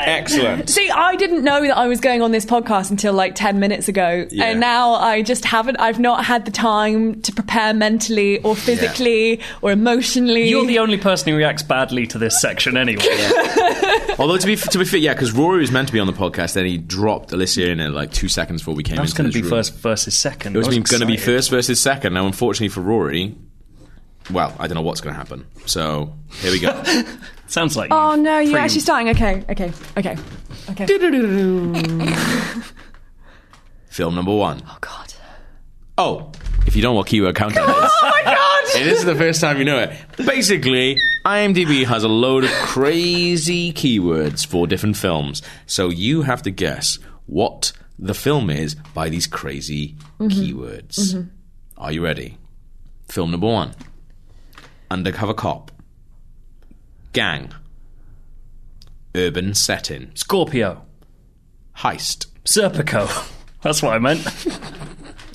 Speaker 1: Excellent.
Speaker 3: See, I didn't know that I was going on this podcast until like 10 minutes ago.
Speaker 1: Yeah.
Speaker 3: And now I just haven't, I've not had the time to prepare mentally or physically or emotionally.
Speaker 2: You're the only person who reacts badly to this section anyway.
Speaker 1: Although to be to be fair, yeah, because Rory was meant to be on the podcast, then he dropped Alicia in it like two seconds before we came.
Speaker 2: That was
Speaker 1: into
Speaker 2: going
Speaker 1: this
Speaker 2: to be
Speaker 1: room.
Speaker 2: first versus second.
Speaker 1: It was, going to be first versus second. Now, unfortunately for Rory, well, I don't know what's going to happen. So here we go.
Speaker 2: Sounds like
Speaker 3: Oh no, you're
Speaker 2: Free-
Speaker 3: actually starting. Okay, okay, okay.
Speaker 1: Film number one.
Speaker 3: Oh God.
Speaker 1: Oh, if you don't know what keyword countdown is,
Speaker 3: Oh God!
Speaker 1: it is the first time you know it. Basically, IMDb has a load of crazy keywords for different films, so you have to guess what the film is by these crazy
Speaker 3: Mm-hmm.
Speaker 1: keywords. Are you ready? Film number one: Undercover Cop, Gang, Urban Setting,
Speaker 2: Scorpio.
Speaker 1: Heist,
Speaker 2: Serpico. That's what I meant.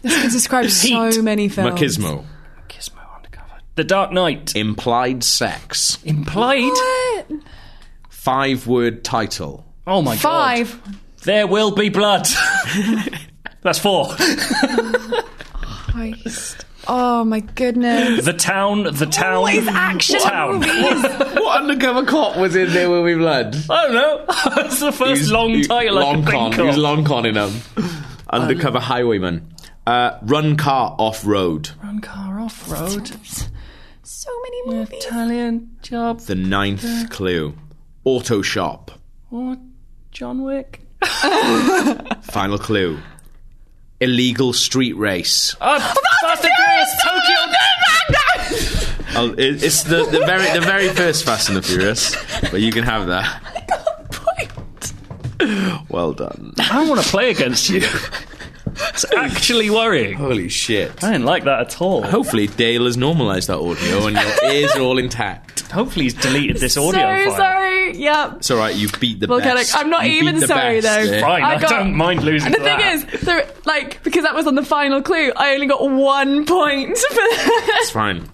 Speaker 3: It describes
Speaker 2: Heat.
Speaker 3: so many films.
Speaker 1: Machismo,
Speaker 2: Gizmo undercover. The Dark Knight.
Speaker 1: Implied Sex,
Speaker 2: Implied.
Speaker 3: What?
Speaker 1: five-word title.
Speaker 2: Oh my god.
Speaker 3: Five.
Speaker 2: There will be blood. That's four.
Speaker 3: Christ. Oh my goodness.
Speaker 2: The town. The town.
Speaker 3: Always action
Speaker 2: Town.
Speaker 3: movies.
Speaker 4: What undercover cop was in there with we blood?
Speaker 2: I don't know. That's the first long
Speaker 4: He-
Speaker 2: title I
Speaker 4: long
Speaker 2: can
Speaker 4: con. um,
Speaker 2: think
Speaker 4: He was
Speaker 2: of.
Speaker 4: long conning them.
Speaker 1: Undercover highwayman. Uh, run car off road.
Speaker 2: Run car off road.
Speaker 3: so many movies.
Speaker 2: Italian job.
Speaker 1: The ninth clue. Auto shop.
Speaker 2: John Wick.
Speaker 1: Final clue. illegal street race.
Speaker 2: Fast and Furious Tokyo.
Speaker 1: Oh, it- it's the, the very the very first Fast and the Furious, but you can have that. Well done.
Speaker 2: I want to play against you. It's actually worrying.
Speaker 1: Holy shit.
Speaker 2: I didn't like that at all.
Speaker 1: Hopefully, Dale has normalised that audio and your ears are all intact.
Speaker 2: Hopefully, he's deleted this audio
Speaker 3: so
Speaker 2: file.
Speaker 3: sorry. Yep.
Speaker 1: It's all right. You beat the
Speaker 3: Volcanic.
Speaker 1: best.
Speaker 3: I'm not
Speaker 1: You beat
Speaker 3: even
Speaker 1: the
Speaker 3: sorry,
Speaker 1: best,
Speaker 3: though.
Speaker 1: eh?
Speaker 2: Fine, I,
Speaker 3: I got-
Speaker 2: don't mind losing.
Speaker 3: And the
Speaker 2: to
Speaker 3: thing
Speaker 2: that.
Speaker 3: is, there, like, because that was on the final clue, I only got one point for that.
Speaker 1: It's fine.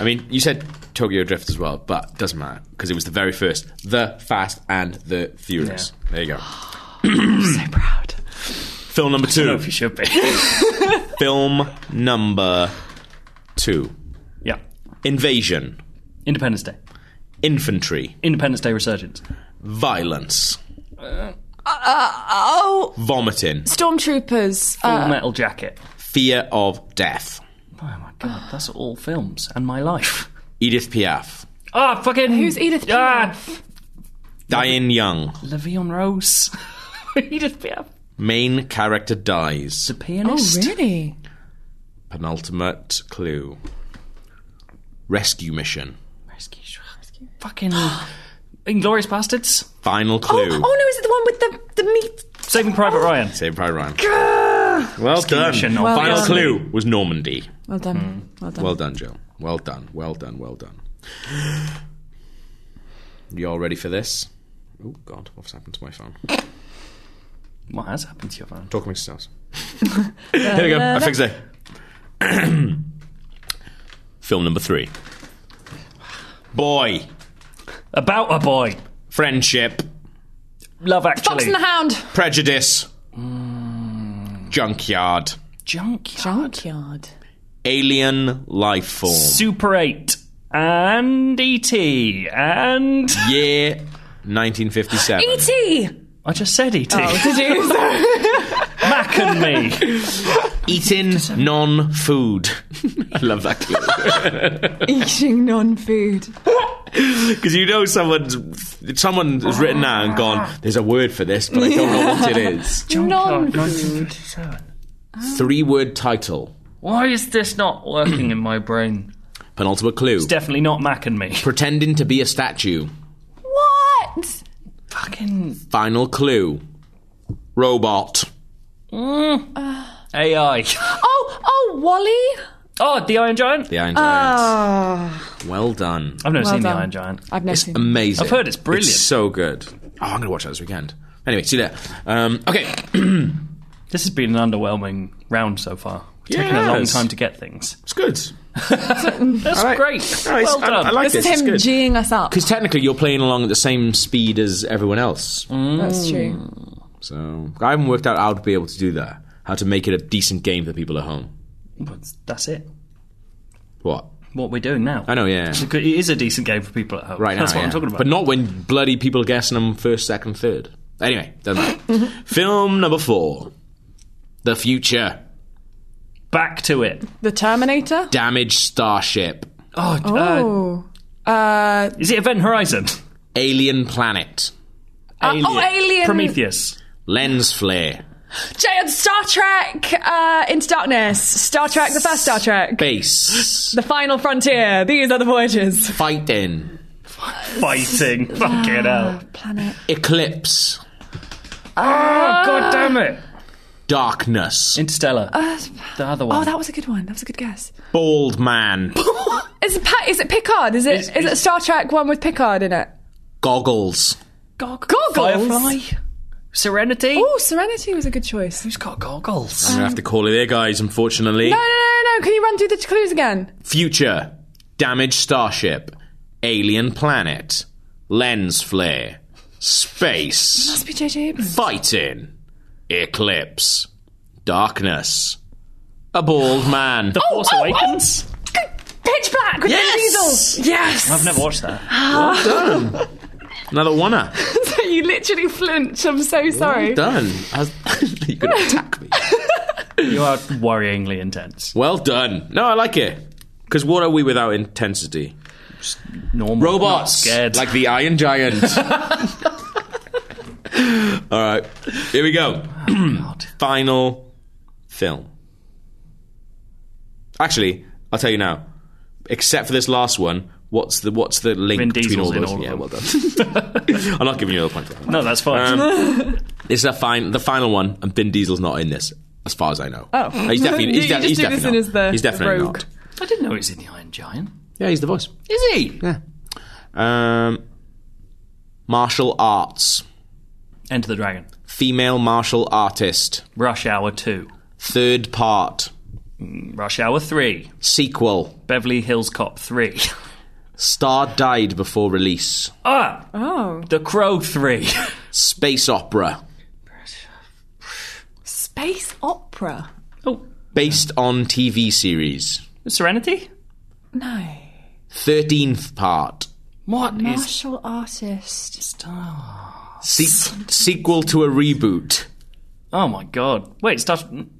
Speaker 1: I mean, you said Tokyo Drift as well, but doesn't matter because it was the very first, the Fast and the Furious. There you go.
Speaker 3: so proud.
Speaker 1: Film number
Speaker 2: I don't know
Speaker 1: two.
Speaker 2: if you should be.
Speaker 1: Film number two.
Speaker 2: yeah,
Speaker 1: Invasion,
Speaker 2: Independence Day,
Speaker 1: infantry,
Speaker 2: Independence Day resurgence,
Speaker 1: violence,
Speaker 3: Oh,
Speaker 1: vomiting,
Speaker 3: stormtroopers.
Speaker 2: Full
Speaker 3: Uh,
Speaker 2: Metal Jacket.
Speaker 1: fear of death.
Speaker 2: Oh my god, that's all films and my life.
Speaker 1: Edith Piaf,
Speaker 2: Ah, fucking
Speaker 3: Who's Edith
Speaker 2: Ah,
Speaker 1: Diane Young,
Speaker 2: Le'Veon Rose. Edith Piaf,
Speaker 1: main character dies.
Speaker 2: the pianist.
Speaker 3: Oh, really?
Speaker 1: Penultimate clue. Rescue mission.
Speaker 2: Fucking Inglorious Bastards.
Speaker 1: Final
Speaker 3: Oh, oh
Speaker 1: clue.
Speaker 3: no, is it the one with the the meat?
Speaker 2: Saving Private Ryan.
Speaker 1: Saved by Ryan. Well done.
Speaker 2: mission, Well
Speaker 1: Final
Speaker 3: done.
Speaker 1: clue was Normandy.
Speaker 3: Well done. Well done.
Speaker 1: Well done, Joe. Well done. Well done. Well done. You all ready for this? Oh God, what's happened to my phone?
Speaker 2: What has happened to your phone?
Speaker 1: Talk amongst yourselves. Here we go.
Speaker 3: Uh,
Speaker 1: I fixed it. Film number three. Boy,
Speaker 2: About a boy.
Speaker 1: friendship,
Speaker 2: Love
Speaker 3: Fox
Speaker 2: Actually.
Speaker 3: and the Hound.
Speaker 1: prejudice,
Speaker 3: Mm.
Speaker 1: junkyard,
Speaker 2: Junkyard.
Speaker 3: Junkyard.
Speaker 1: alien life form.
Speaker 2: Super 8. And E.T. And.
Speaker 1: Year 1957.
Speaker 3: E E.T.
Speaker 2: I just said E E.T.
Speaker 3: Did you? Sorry.
Speaker 2: Mac and me.
Speaker 1: Eating non-food. I love that clue.
Speaker 3: Eating non-food.
Speaker 1: Because you know someone's someone has written that and gone. There's a word for this, but I don't know what it is.
Speaker 2: Oh,
Speaker 3: Non.
Speaker 2: 1957.
Speaker 1: Three-word title.
Speaker 2: Why is this not working in my brain?
Speaker 1: Penultimate clue.
Speaker 2: Definitely not Mac and me.
Speaker 1: Pretending to be a statue.
Speaker 3: What?
Speaker 2: Fucking
Speaker 1: Final clue. Robot.
Speaker 2: AI.
Speaker 3: Oh, oh, Wally.
Speaker 2: Oh, the Iron Giant?
Speaker 1: The Iron Giants.
Speaker 3: Oh,
Speaker 1: well done.
Speaker 2: I've never
Speaker 3: Well
Speaker 2: seen
Speaker 3: done.
Speaker 2: the Iron Giant.
Speaker 3: I've never seen.
Speaker 1: Amazing.
Speaker 2: I've heard it's brilliant.
Speaker 1: so good. Oh, I'm gonna watch that this weekend. Anyway, see you there. Um, okay.
Speaker 2: This has been an underwhelming round so far. It's taken a
Speaker 1: Yes.
Speaker 2: long time to get things.
Speaker 1: It's good.
Speaker 2: That's
Speaker 1: right.
Speaker 2: great.
Speaker 1: Nice.
Speaker 2: Well
Speaker 1: I-
Speaker 2: done.
Speaker 1: I, like
Speaker 3: This
Speaker 1: this.
Speaker 3: is
Speaker 1: It's
Speaker 3: him
Speaker 1: good.
Speaker 3: G'ing us up.
Speaker 1: Because technically, you're playing along at the same speed as everyone else.
Speaker 2: Mm.
Speaker 3: That's true.
Speaker 1: So I haven't worked out how to be able to do that. How to make it a decent game for people at home.
Speaker 2: That's it.
Speaker 1: What?
Speaker 2: What we're doing now.
Speaker 1: I know, yeah.
Speaker 2: It is a decent game for people at home.
Speaker 1: Right now,
Speaker 2: That's what
Speaker 1: yeah.
Speaker 2: I'm talking about.
Speaker 1: But not when bloody people are guessing them first, second, third. Anyway, doesn't matter. Film number four: The Future.
Speaker 2: Back to it.
Speaker 3: The Terminator.
Speaker 1: Damaged starship.
Speaker 2: Oh, Uh,
Speaker 3: Oh. Uh,
Speaker 2: is it Event Horizon?
Speaker 1: Alien planet. Uh,
Speaker 2: Alien.
Speaker 3: oh, Alien.
Speaker 2: Prometheus.
Speaker 1: Lens flare.
Speaker 3: Jay, Star Trek uh, Into Darkness, Star Trek, the first Star Trek,
Speaker 1: Base.
Speaker 3: The Final Frontier. These are the voyages.
Speaker 1: Fighting.
Speaker 2: Fighting. Fuck it out.
Speaker 3: Planet.
Speaker 1: Eclipse. Ah.
Speaker 2: Oh, god damn it.
Speaker 1: Darkness.
Speaker 2: Interstellar.
Speaker 1: Uh,
Speaker 2: the other one.
Speaker 3: Oh, that was a good one. That was a good guess.
Speaker 1: Bald man.
Speaker 3: Is it, Pa- is it Picard? Is it is,
Speaker 2: Is-
Speaker 3: it Star Trek one with Picard in it?
Speaker 1: Goggles.
Speaker 3: Goggles.
Speaker 2: Firefly. Serenity.
Speaker 3: Oh, Serenity was a good choice.
Speaker 2: Who's got goggles?
Speaker 1: I'm gonna have to call it there, guys. Unfortunately.
Speaker 3: No, no, no, no. Can you run through the clues again?
Speaker 1: Future. Damaged starship. Alien planet. Lens flare. Space.
Speaker 3: Must be JJ Abrams.
Speaker 1: Fighting. Eclipse. Darkness. A bald man.
Speaker 2: the Force
Speaker 3: oh, oh.
Speaker 2: Awakens?
Speaker 3: Pitch Black with Vin
Speaker 1: Yes!
Speaker 3: Diesel. Yes.
Speaker 2: I've never watched that.
Speaker 1: Another oneer.
Speaker 3: you literally flinch. I'm so sorry.
Speaker 1: Done. I was- you could attack me.
Speaker 2: You are worryingly intense.
Speaker 1: Well done. No, I like it. Because what are we without intensity?
Speaker 2: Normal. Not
Speaker 1: Robots.
Speaker 2: scared.
Speaker 1: Like the Iron Giant. All right. Here we go.
Speaker 2: Oh, God.
Speaker 1: Final film. Actually, I'll tell you now. Except for this last one, what's the what's the link
Speaker 2: Vin
Speaker 1: between
Speaker 2: Diesel's
Speaker 1: all
Speaker 2: in
Speaker 1: those?
Speaker 2: all of
Speaker 1: yeah,
Speaker 2: them.
Speaker 1: well done. I'm not giving you another point for that.
Speaker 2: No, that's fine.
Speaker 1: This is a fine, the final one, and Vin Diesel's not in this, as far as I know.
Speaker 3: Oh.
Speaker 1: he's definitely, he's
Speaker 3: You- you
Speaker 1: de-
Speaker 3: just
Speaker 1: he's
Speaker 3: do this
Speaker 1: definitely
Speaker 3: in
Speaker 1: not.
Speaker 3: as the
Speaker 1: he's definitely
Speaker 3: rogue.
Speaker 1: not.
Speaker 2: I didn't know he's in the Iron Giant.
Speaker 1: Yeah, he's the voice.
Speaker 2: Is he?
Speaker 1: Yeah. Um, martial arts,
Speaker 2: Enter the Dragon.
Speaker 1: female martial artist,
Speaker 2: Rush Hour 2.
Speaker 1: third part,
Speaker 2: Rush Hour 3.
Speaker 1: sequel.
Speaker 2: Beverly Hills Cop 3.
Speaker 1: Star died before release.
Speaker 2: ah!
Speaker 3: Oh,
Speaker 2: The Crow 3.
Speaker 1: Space opera,
Speaker 3: space opera.
Speaker 2: oh,
Speaker 1: based on TV series.
Speaker 2: Serenity?
Speaker 3: No,
Speaker 1: Thirteenth part,
Speaker 2: What is
Speaker 3: martial artist.
Speaker 1: Se- sequel to a reboot.
Speaker 2: Oh my god. Wait, Star,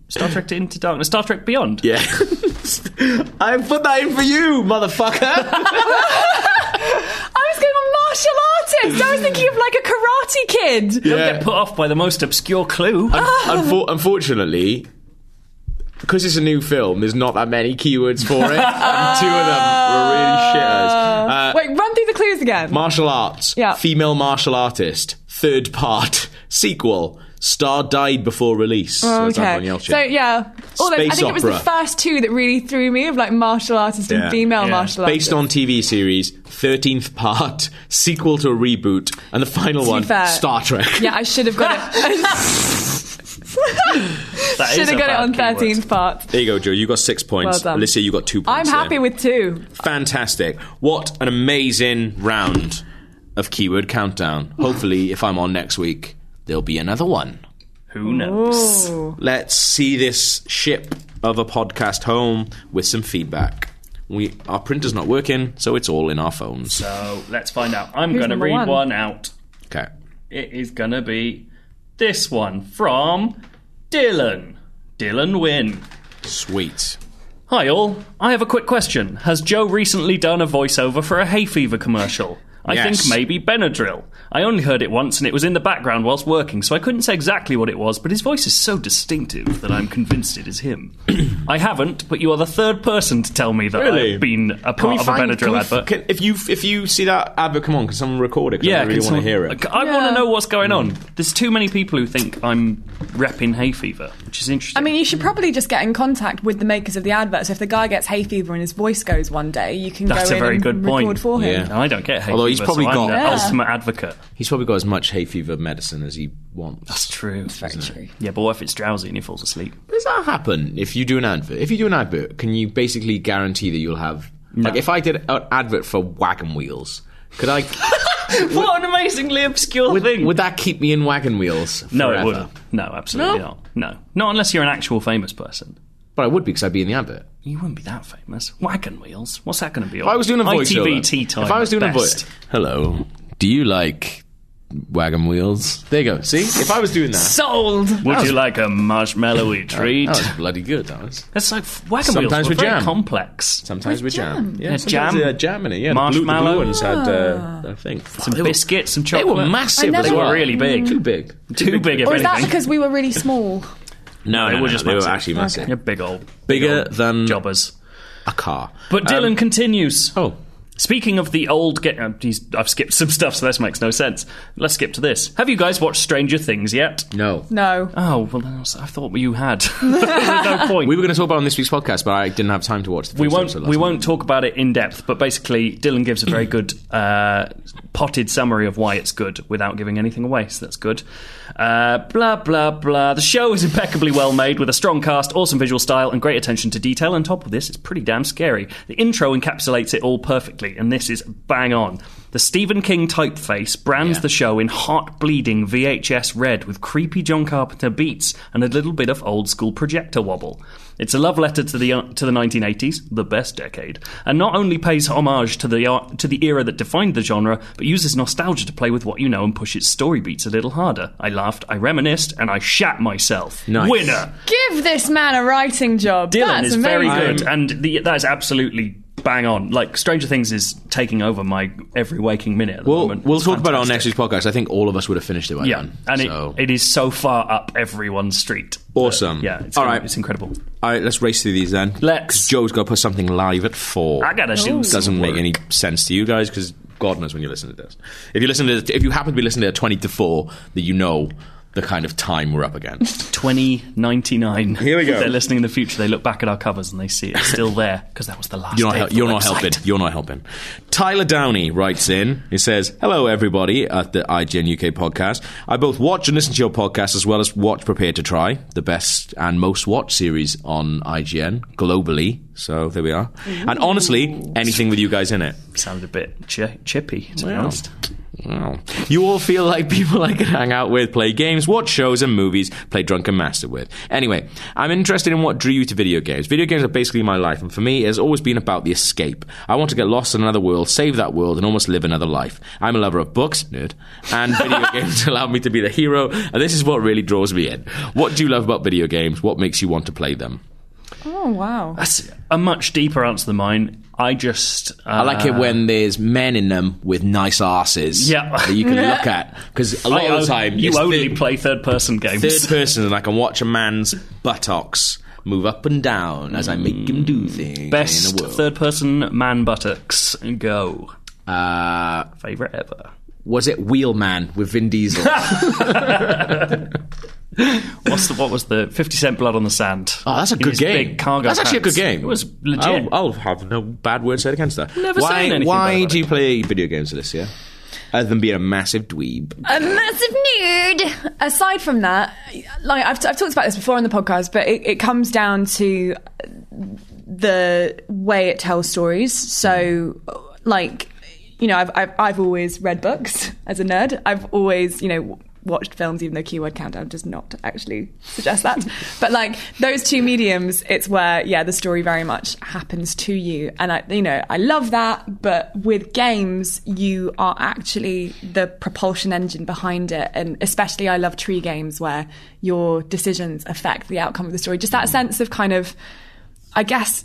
Speaker 2: Star Trek Into Darkness, Star Trek Beyond.
Speaker 1: Yeah, I put that in for you, motherfucker.
Speaker 3: I was going on martial artist. I was thinking of like a karate kid.
Speaker 2: Don't get put off by the most obscure clue.
Speaker 1: Unfor- unfortunately, because it's a new film, there's not that many keywords for it, and two of them were really shitters. Uh,
Speaker 3: Wait, run through the clues again.
Speaker 1: martial arts,
Speaker 3: Yeah.
Speaker 1: female martial artist, third part, sequel. Star died before release. so that's Anthony
Speaker 3: okay.
Speaker 1: Elchin.
Speaker 3: So yeah, all those, I
Speaker 1: Space
Speaker 3: think it was the
Speaker 1: opera.
Speaker 3: first two that really threw me of like martial artist
Speaker 1: Yeah.
Speaker 3: and female
Speaker 2: Yeah.
Speaker 3: martial artist.
Speaker 1: Based on TV series, thirteenth part, sequel to a reboot, and the final
Speaker 3: To be
Speaker 1: one,
Speaker 3: fair-
Speaker 1: Star Trek.
Speaker 3: Yeah, I should have got it.
Speaker 2: That is
Speaker 3: should
Speaker 2: a
Speaker 3: have got it
Speaker 2: bad
Speaker 3: on
Speaker 2: keyword.
Speaker 3: thirteenth part.
Speaker 1: There you go, Joe. You got six points.
Speaker 3: Well done.
Speaker 1: Alicia, you got two
Speaker 3: I'm
Speaker 1: points.
Speaker 3: happy
Speaker 1: there.
Speaker 3: with two.
Speaker 1: Fantastic. What an amazing round of keyword countdown. Hopefully, if I'm on next week, there'll be another one.
Speaker 2: Who knows?
Speaker 1: Let's see this ship of a podcast home with some feedback. We our printer's not working, so it's all in our phones.
Speaker 2: So let's find out. I'm
Speaker 3: Who's
Speaker 2: going to
Speaker 3: number
Speaker 2: read
Speaker 3: one?
Speaker 2: one out.
Speaker 1: Okay.
Speaker 2: It is going to be this one from Dylan. Dylan Wynn.
Speaker 1: Sweet.
Speaker 2: Hi, all. I have a quick question. Has Joe recently done a voiceover for a hay fever commercial? I
Speaker 1: Yes.
Speaker 2: think maybe Benadryl. I only heard it once and it was in the background whilst working, so I couldn't say exactly what it was, but his voice is so distinctive that I'm convinced it is him. I haven't, but you are the third person to tell me that
Speaker 1: Really?
Speaker 2: I've been a part of a Benadryl advert.
Speaker 1: Can, if you if you see that advert, come on, can someone record it? 'Cause
Speaker 2: yeah,
Speaker 1: I really
Speaker 2: can
Speaker 1: want to
Speaker 2: someone-
Speaker 1: hear it. Hmm.
Speaker 2: I- I want
Speaker 3: Yeah.
Speaker 2: to know what's going on. There's too many people who think I'm repping hay fever, which is interesting.
Speaker 3: I mean, you should probably just get in contact with the makers of the advert. So if the guy gets hay fever and his voice goes one day, you can
Speaker 2: That's
Speaker 3: go
Speaker 2: a
Speaker 3: in
Speaker 2: very
Speaker 3: and
Speaker 2: good
Speaker 3: record
Speaker 2: point.
Speaker 3: for him.
Speaker 1: Yeah.
Speaker 2: I don't get hay
Speaker 1: Although he's
Speaker 2: fever,
Speaker 1: probably
Speaker 2: so
Speaker 1: got-
Speaker 2: I'm the
Speaker 1: Yeah.
Speaker 2: ultimate advocate.
Speaker 1: He's probably got as much hay fever medicine as he wants.
Speaker 2: It's true.
Speaker 3: Very true.
Speaker 2: Yeah, but what if it's drowsy and he falls asleep?
Speaker 1: Does that happen if you do an advert? If you do an advert, can you basically guarantee that you'll have like if I did an advert for wagon wheels, could I
Speaker 2: What an amazingly obscure
Speaker 1: would,
Speaker 2: thing.
Speaker 1: would that keep me in wagon wheels?
Speaker 2: no, it
Speaker 1: forever?
Speaker 2: wouldn't. No, absolutely
Speaker 3: No?
Speaker 2: not. No, not unless you're an actual famous person.
Speaker 1: But I would because I'd be in the advert.
Speaker 2: You wouldn't be that famous. Wagon wheels. What's that going to be?
Speaker 1: If I was doing a voiceover,
Speaker 2: ITV tea time.
Speaker 1: if I was doing
Speaker 2: at
Speaker 1: a voice,
Speaker 2: best.
Speaker 1: hello, do you like wagon wheels? There you go. See, if I was doing that, Oh,
Speaker 3: Sold.
Speaker 2: Would you like a marshmallowy treat?
Speaker 1: that was bloody good. That was.
Speaker 2: It's like wagon
Speaker 1: Sometimes
Speaker 2: wheels.
Speaker 1: with
Speaker 2: were very
Speaker 1: jam.
Speaker 2: complex.
Speaker 1: Sometimes with jam. Yeah,
Speaker 2: Yeah,
Speaker 1: sometimes,
Speaker 2: jam.
Speaker 1: uh, jam in it. Yeah, the blue- The blue
Speaker 2: Marshmallow. Ah.
Speaker 1: ones had, uh, I think,
Speaker 2: Some biscuits, some
Speaker 1: They
Speaker 2: chocolate.
Speaker 1: were massive.
Speaker 3: I
Speaker 1: as
Speaker 3: never-
Speaker 1: well.
Speaker 2: really big.
Speaker 1: Too big.
Speaker 2: Too big, if
Speaker 3: Or is that
Speaker 2: anything.
Speaker 3: because we were really small?
Speaker 1: No,
Speaker 2: They
Speaker 1: no,
Speaker 2: were
Speaker 1: no,
Speaker 2: just
Speaker 1: they were
Speaker 2: massive.
Speaker 1: actually massive.
Speaker 2: You're big old.
Speaker 1: Bigger
Speaker 2: big old
Speaker 1: than
Speaker 2: jobbers.
Speaker 1: a
Speaker 2: Um,
Speaker 1: car.
Speaker 2: But Dylan continues.
Speaker 1: Oh,
Speaker 2: Speaking of the old, get, uh, he's, I've skipped some stuff, so this makes no sense. Let's skip to this. Have you guys watched Stranger Things yet?
Speaker 1: no.
Speaker 3: No.
Speaker 2: Oh well, then I was- I thought you had. no point.
Speaker 1: We
Speaker 2: We,
Speaker 1: were going to talk about it on this week's podcast, but I didn't have time to watch the first
Speaker 2: won't.
Speaker 1: episode last
Speaker 2: We
Speaker 1: night.
Speaker 2: won't talk about it in depth. But basically, Dylan gives a very good uh, potted summary of why it's good without giving anything away. So that's good. Uh, blah blah blah. The show is impeccably well made with a strong cast, awesome visual style, and great attention to detail. On top of this, it's pretty damn scary. The intro encapsulates it all perfectly, and this is bang on. The Stephen King typeface brands the show in heart bleeding VHS red with creepy John Carpenter beats and a little bit of old school projector wobble. It's a love letter to the uh, to the 1980s, the best decade, and not only pays homage to the ar- to the era that defined the genre, but uses nostalgia to play with what you know and push its story beats a little harder. I laughed, I reminisced, and I shat myself.
Speaker 1: Nice.
Speaker 2: Winner.
Speaker 3: Give this man a writing job.
Speaker 2: Dylan
Speaker 3: That's
Speaker 2: is
Speaker 3: amazing.
Speaker 2: very good, and the, that is absolutely bang on. Like Stranger Things is taking over my every waking minute at the
Speaker 1: We'll,
Speaker 2: moment.
Speaker 1: we'll
Speaker 2: It's
Speaker 1: talk about it on next
Speaker 2: fantastic.
Speaker 1: week's podcast. I think all of us would have finished it by
Speaker 2: Yeah,
Speaker 1: then.
Speaker 2: and
Speaker 1: so.
Speaker 2: it, it is so far up everyone's street.
Speaker 1: Awesome.
Speaker 2: Yeah, it's,
Speaker 1: All
Speaker 2: gonna-
Speaker 1: right.
Speaker 2: it's incredible.
Speaker 1: All right, let's race through these then.
Speaker 2: Let's.
Speaker 1: 'Cause Joe's got to put something live at four.
Speaker 2: I gotta do some
Speaker 1: Doesn't make
Speaker 2: work.
Speaker 1: any sense to you guys because God knows when you listen to this. If you listen to, if you happen to be listening to it at twenty to four, that you know the kind of time we're up against.
Speaker 2: 2099.
Speaker 1: Here we go.
Speaker 2: If they're listening in the future, they look back at our covers and they see it's still there because that was the last.
Speaker 1: You're not,
Speaker 2: day
Speaker 1: hel-
Speaker 2: of the
Speaker 1: you're not
Speaker 2: website.
Speaker 1: helping. You're not helping. Tyler Downey writes in. He says, "Hello, everybody at the IGN UK podcast. I both watch and listen to your podcast as well as watch Prepare to Try, the best and most watched series on IGN globally. So there we are. And honestly, anything with you guys in it.
Speaker 2: Sounded a bit chi- chippy, to be
Speaker 1: Well.
Speaker 2: honest.
Speaker 1: Oh. You all feel like people I could hang out with, play games, watch shows and movies, play Drunken Master with. Anyway, I'm interested in what drew you to video games. Video games are basically my life, and for me, it has always been about the escape. I want to get lost in another world, save that world, and almost live another life. I'm a lover of books, nerd, and video games allow me to be the hero, and this is what really draws me in. What do you love about video games? What makes you want to play them?
Speaker 3: Oh wow.
Speaker 2: That's a much deeper answer than mine. I just. Uh,
Speaker 1: I like it when there's men in them with nice asses
Speaker 2: Yeah.
Speaker 1: that you can look at. Because a lot of the time,
Speaker 2: you
Speaker 1: it's
Speaker 2: only
Speaker 1: thi-
Speaker 2: play third-person games.
Speaker 1: third person and I can watch a man's buttocks move up and down as I make him do things.
Speaker 2: Best
Speaker 1: in the world.
Speaker 2: third-person man buttocks go.
Speaker 1: Uh,
Speaker 2: Favorite ever.
Speaker 1: was it Wheelman with Vin Diesel? oh,
Speaker 2: What's the, what was the Fifty Cent Blood on the Sand? Oh,
Speaker 1: that's a good game.
Speaker 2: Big cargo
Speaker 1: that's actually a good
Speaker 2: pants.
Speaker 1: game.
Speaker 2: It was legit.
Speaker 1: I'll, I'll have no bad word said against that.
Speaker 2: Never
Speaker 1: why
Speaker 2: saying anything
Speaker 1: why
Speaker 2: bad about
Speaker 1: do you
Speaker 2: it.
Speaker 1: play video games, Alicia? Other than being a massive dweeb.
Speaker 3: A massive nude. Aside from that, like I've, I've talked about this before on the podcast, but it, it comes down to the way it tells stories. So, like, you know, I've, I've, I've always read books as a nerd. I've always, you know, w- watched films, even though Keyword Countdown does not actually suggest that. but, like, those two mediums, it's where, yeah, the story very much happens to you. And I, you know, I love that. But with games, you are actually the propulsion engine behind it. And especially, I love tree games where your decisions affect the outcome of the story. Just that sense of kind of, I guess,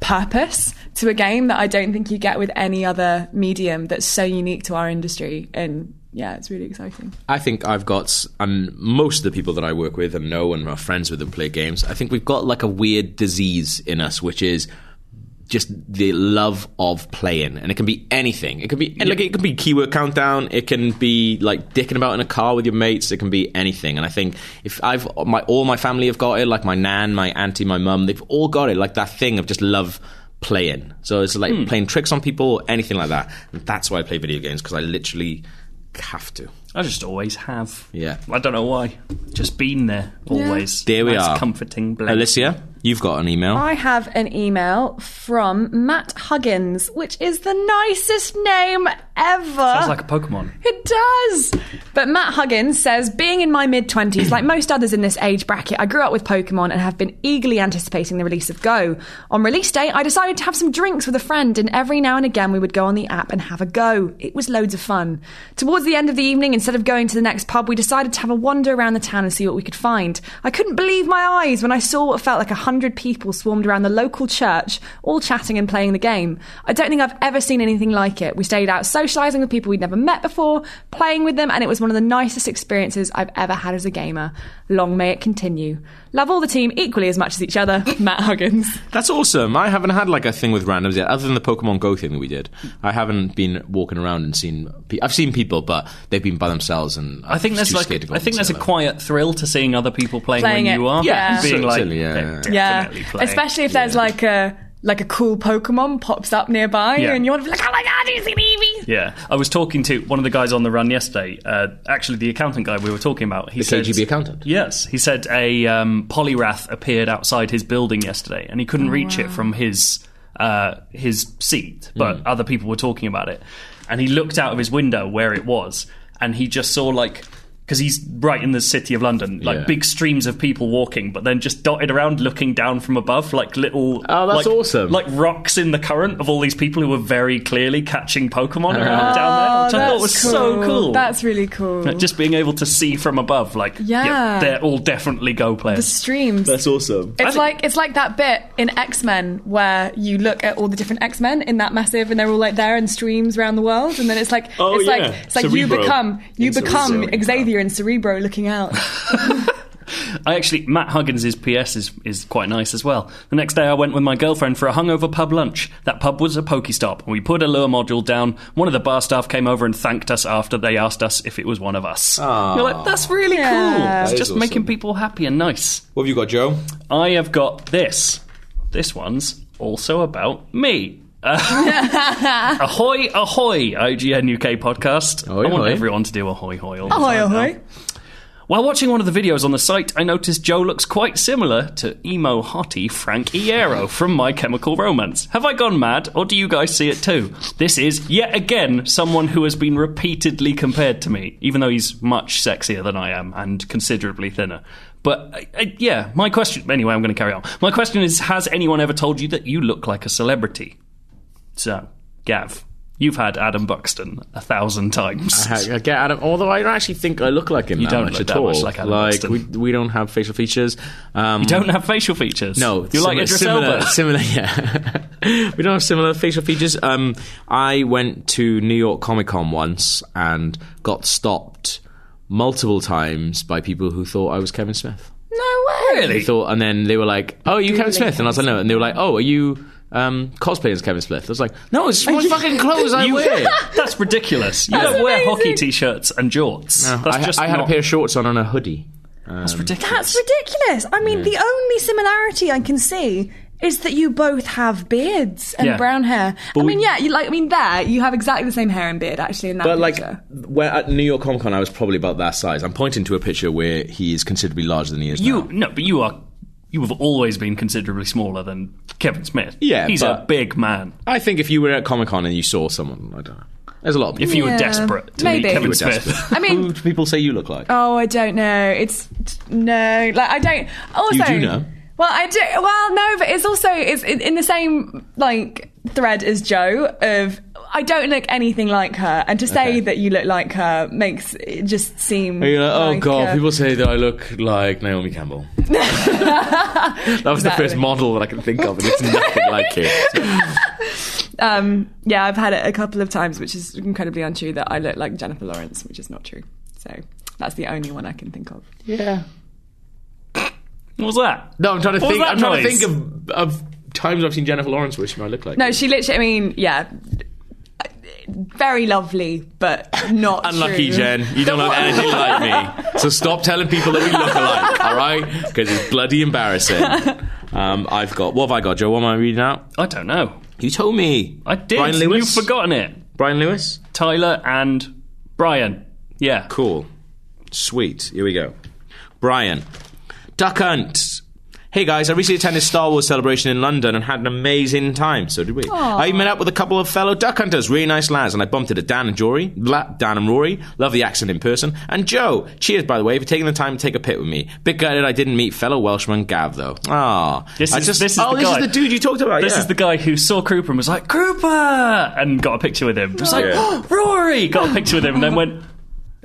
Speaker 3: purpose to a game that I don't think you get with any other medium that's so unique to our industry. And yeah, it's really exciting.
Speaker 1: I think I've got, and most of the people that I work with and know and are friends with and play games, I think we've got like a weird disease in us, which is just the love of playing, and it can be anything. It can be and like it can be keyword countdown. It can be like dicking about in a car with your mates. It can be anything. And I think if I've my all my family have got it, like my nan, my auntie, my mum, they've all got it. Like that thing of just love playing. So it's like playing tricks on people, anything like that. And that's why I play video games because I literally have to.
Speaker 2: I just always have.
Speaker 1: Yeah.
Speaker 2: I don't know why. Just been there always.
Speaker 1: There we
Speaker 2: Nice
Speaker 1: are.
Speaker 2: Comforting blanket.
Speaker 1: Alicia, you've got an email.
Speaker 3: I have an email from Matt Huggins, which is the nicest name ever.
Speaker 2: Sounds like a Pokemon.
Speaker 3: It does. But Matt Huggins says, being in my mid 20s, like most others in this age bracket, I grew up with Pokemon and have been eagerly anticipating the release of Go. On release day, I decided to have some drinks with a friend, and every now and again we would go on the app and have a go. It was loads of fun. Towards the end of the evening, instead of going to the next pub, we decided to have a wander around the town and see what we could find. I couldn't believe my eyes when I saw what felt like a hundred people swarmed around the local church, all chatting and playing the game. I don't think I've ever seen anything like it. We stayed out socialising with people we'd never met before, playing with them, and it was one of the nicest experiences I've ever had as a gamer. Long may it continue. Love all the team equally as much as each other. Matt Huggins.
Speaker 1: That's awesome. I haven't had like a thing with randoms yet, other than the Pokemon Go thing that we did. I haven't been walking around and seen. Pe- I've seen people, but they've been by themselves, and
Speaker 2: I think there's like I think there's a quiet thrill to seeing other people playing,
Speaker 3: Playing
Speaker 2: when
Speaker 3: it,
Speaker 2: you are.
Speaker 3: yeah.
Speaker 2: and being like
Speaker 1: Certainly, yeah,
Speaker 2: they're
Speaker 1: yeah.
Speaker 2: definitely playing.
Speaker 3: Especially if there's like a like a cool Pokemon pops up nearby
Speaker 2: Yeah.
Speaker 3: and you want to be like, Oh my god, it's an Eevee!
Speaker 2: Yeah, I was talking to one of the guys on the run yesterday. Uh, actually, the accountant guy we were talking about. He said,
Speaker 1: KGB accountant.
Speaker 2: Yes, he said a um, polyrath appeared outside his building yesterday, and he
Speaker 1: Oh,
Speaker 2: couldn't reach it from his uh, his seat, but
Speaker 1: Hmm.
Speaker 2: other people were talking about it, and he looked out of his window where it was, and he just saw like because he's right in the city of London, like
Speaker 1: Yeah.
Speaker 2: big streams of people walking, but then just dotted around, looking down from above, like little.
Speaker 1: Oh, that's
Speaker 2: like-
Speaker 1: awesome.
Speaker 2: Like rocks in the current of all these people who were very clearly catching Pokemon around down
Speaker 1: Oh,
Speaker 2: there, which I thought was so cool.
Speaker 3: That's really cool.
Speaker 2: Like, Uh, just being able to see from above, like
Speaker 3: Yeah.
Speaker 2: they're all definitely Go
Speaker 3: the
Speaker 2: players.
Speaker 3: streams.
Speaker 1: That's awesome.
Speaker 3: It's like it's like that bit in X Men where you look at all the different X Men in that massive, and they're all like there in streams around the world, and then it's like
Speaker 1: Oh,
Speaker 3: it's
Speaker 1: yeah.
Speaker 3: like it's like you
Speaker 1: Cerebro.
Speaker 3: become you become
Speaker 1: Cerebro.
Speaker 3: Xavier and Cerebro looking out.
Speaker 2: I actually Matt Huggins' PS is is quite nice as well. The next day I went with my girlfriend for a hungover pub lunch. That pub was a Pokestop, and we put a lure module down. One of the bar staff came over and thanked us after they asked us if it was one of us. You're like, that's really
Speaker 3: Yeah.
Speaker 2: cool. It's
Speaker 1: Ah. That is
Speaker 2: just
Speaker 1: awesome.
Speaker 2: making people happy and nice.
Speaker 1: What have you got, Joe?
Speaker 2: I have got this. This one's also about me. Uh, ahoy, ahoy, IGN UK podcast.
Speaker 1: Ahoy,
Speaker 2: I want
Speaker 1: ahoy.
Speaker 2: everyone to do ahoy, ahoy. All the
Speaker 3: ahoy,
Speaker 2: time now.
Speaker 3: ahoy!
Speaker 2: While watching one of the videos on the site, I noticed Joe looks quite similar to emo hottie Frank Iero from My Chemical Romance. Have I gone mad, or do you guys see it too? This is, yet again, someone who has been repeatedly compared to me, even though he's much sexier than I am and considerably thinner. But I, I, yeah, my question. Anyway, I'm going to carry on. My question is Has anyone ever told you that you look like a celebrity? So, Gav, you've had Adam Buxton a thousand times.
Speaker 1: I I get Adam. Although I don't actually think I look like him. You that
Speaker 2: don't
Speaker 1: much
Speaker 2: look
Speaker 1: at
Speaker 2: that
Speaker 1: all.
Speaker 2: much like Adam Buxton.
Speaker 1: we, we don't have facial features. Um, you
Speaker 2: Don't have facial features.
Speaker 1: No,
Speaker 2: you're like Idris
Speaker 1: similar,
Speaker 2: Elba.
Speaker 1: similar, yeah. we don't have similar facial features. Um, I went to New York Comic Con once and got stopped multiple times by people who thought I was Kevin Smith.
Speaker 3: No way!
Speaker 1: They thought, and then they were like, "Oh, are you Kevin Smith?" And I was like, "No." And they were like, "Oh, are you um, cosplaying as Kevin Smith?" I was like, "No, it's my fucking clothes I wear."
Speaker 2: That's ridiculous. You don't wear
Speaker 3: amazing.
Speaker 2: hockey t-shirts and jorts. That's
Speaker 1: I,
Speaker 2: just
Speaker 1: I had
Speaker 2: not-
Speaker 1: a pair of shorts on and a hoodie.
Speaker 2: That's ridiculous.
Speaker 3: That's ridiculous. I mean, the only similarity I can see is that you both have beards and
Speaker 2: Yeah.
Speaker 3: brown hair. I mean, yeah, you like I mean, there you have exactly the same hair and beard actually in that
Speaker 1: But like,
Speaker 3: picture.
Speaker 1: where at New York Comic Con, I was probably about that size. I'm pointing to a picture where he is considerably larger than he is
Speaker 2: You
Speaker 1: now.
Speaker 2: no, but you are. You have always been considerably smaller than Kevin Smith.
Speaker 1: Yeah,
Speaker 2: he's a
Speaker 1: but-
Speaker 2: big man.
Speaker 1: I think if you were at Comic Con and you saw someone, I don't know. There's a lot of people.
Speaker 2: If you were
Speaker 3: Yeah,
Speaker 2: desperate to
Speaker 3: maybe.
Speaker 2: meet Kevin
Speaker 3: You were
Speaker 2: Smith,
Speaker 3: I mean,
Speaker 1: Who do people say you look like?
Speaker 3: Oh, I don't know. It's no, like I don't. Also,
Speaker 1: You do know.
Speaker 3: Well, I do. Well, no, but it's also it's in, in the same like thread as Joe of I don't look anything like her, and to say
Speaker 1: Okay.
Speaker 3: that you look like her makes it just seem.
Speaker 1: You're like, oh
Speaker 3: like,
Speaker 1: god,
Speaker 3: uh,
Speaker 1: people say that I look like Naomi Campbell. that was the first
Speaker 3: Exactly.
Speaker 1: model that I can think of, and it's nothing like it.
Speaker 3: Um, yeah, I've had it a couple of times, which is incredibly untrue that I look like Jennifer Lawrence, which is not true. So that's the only one I can think of.
Speaker 1: Yeah.
Speaker 2: what was that?
Speaker 1: No, I'm trying to
Speaker 2: What
Speaker 1: think.
Speaker 2: was that
Speaker 1: I'm trying to
Speaker 2: noise?
Speaker 1: think of, of times I've seen Jennifer Lawrence where she might look like.
Speaker 3: No, she literally. I mean, yeah. Very lovely, but not
Speaker 1: Unlucky,
Speaker 3: true.
Speaker 1: Jen. You don't look anything like me. So stop telling people that we look alike, all right? Because it's bloody embarrassing. Um, I've got. What have I got, Joe? What am I reading out?
Speaker 2: I don't know.
Speaker 1: You told me.
Speaker 2: I did.
Speaker 1: Brian Lewis.
Speaker 2: You've forgotten it.
Speaker 1: Brian Lewis.
Speaker 2: Tyler and Brian. Yeah.
Speaker 1: Cool. Sweet. Here we go. Brian. Duck Hunt. Hey guys, I recently attended Star Wars Celebration in London and had an amazing time. So did we. I met up with a couple of fellow duck hunters, really nice lads, and I bumped into Dan and Jory, Bla- Dan and Rory. Love the accent in person. And Joe, cheers by the way for taking the time to take a pit with me. Bit gutted I didn't meet fellow Welshman Gav though. Ah,
Speaker 2: This
Speaker 1: I
Speaker 2: is-
Speaker 1: just,
Speaker 2: this is
Speaker 1: oh,
Speaker 2: the
Speaker 1: this
Speaker 2: guy.
Speaker 1: is the dude you talked about.
Speaker 2: This
Speaker 1: yeah.
Speaker 2: is the guy who saw Krupa and was like, Krupa! And got a picture with him. Just like, "Oh,
Speaker 1: Yeah.
Speaker 2: Rory! Got a picture with him and then went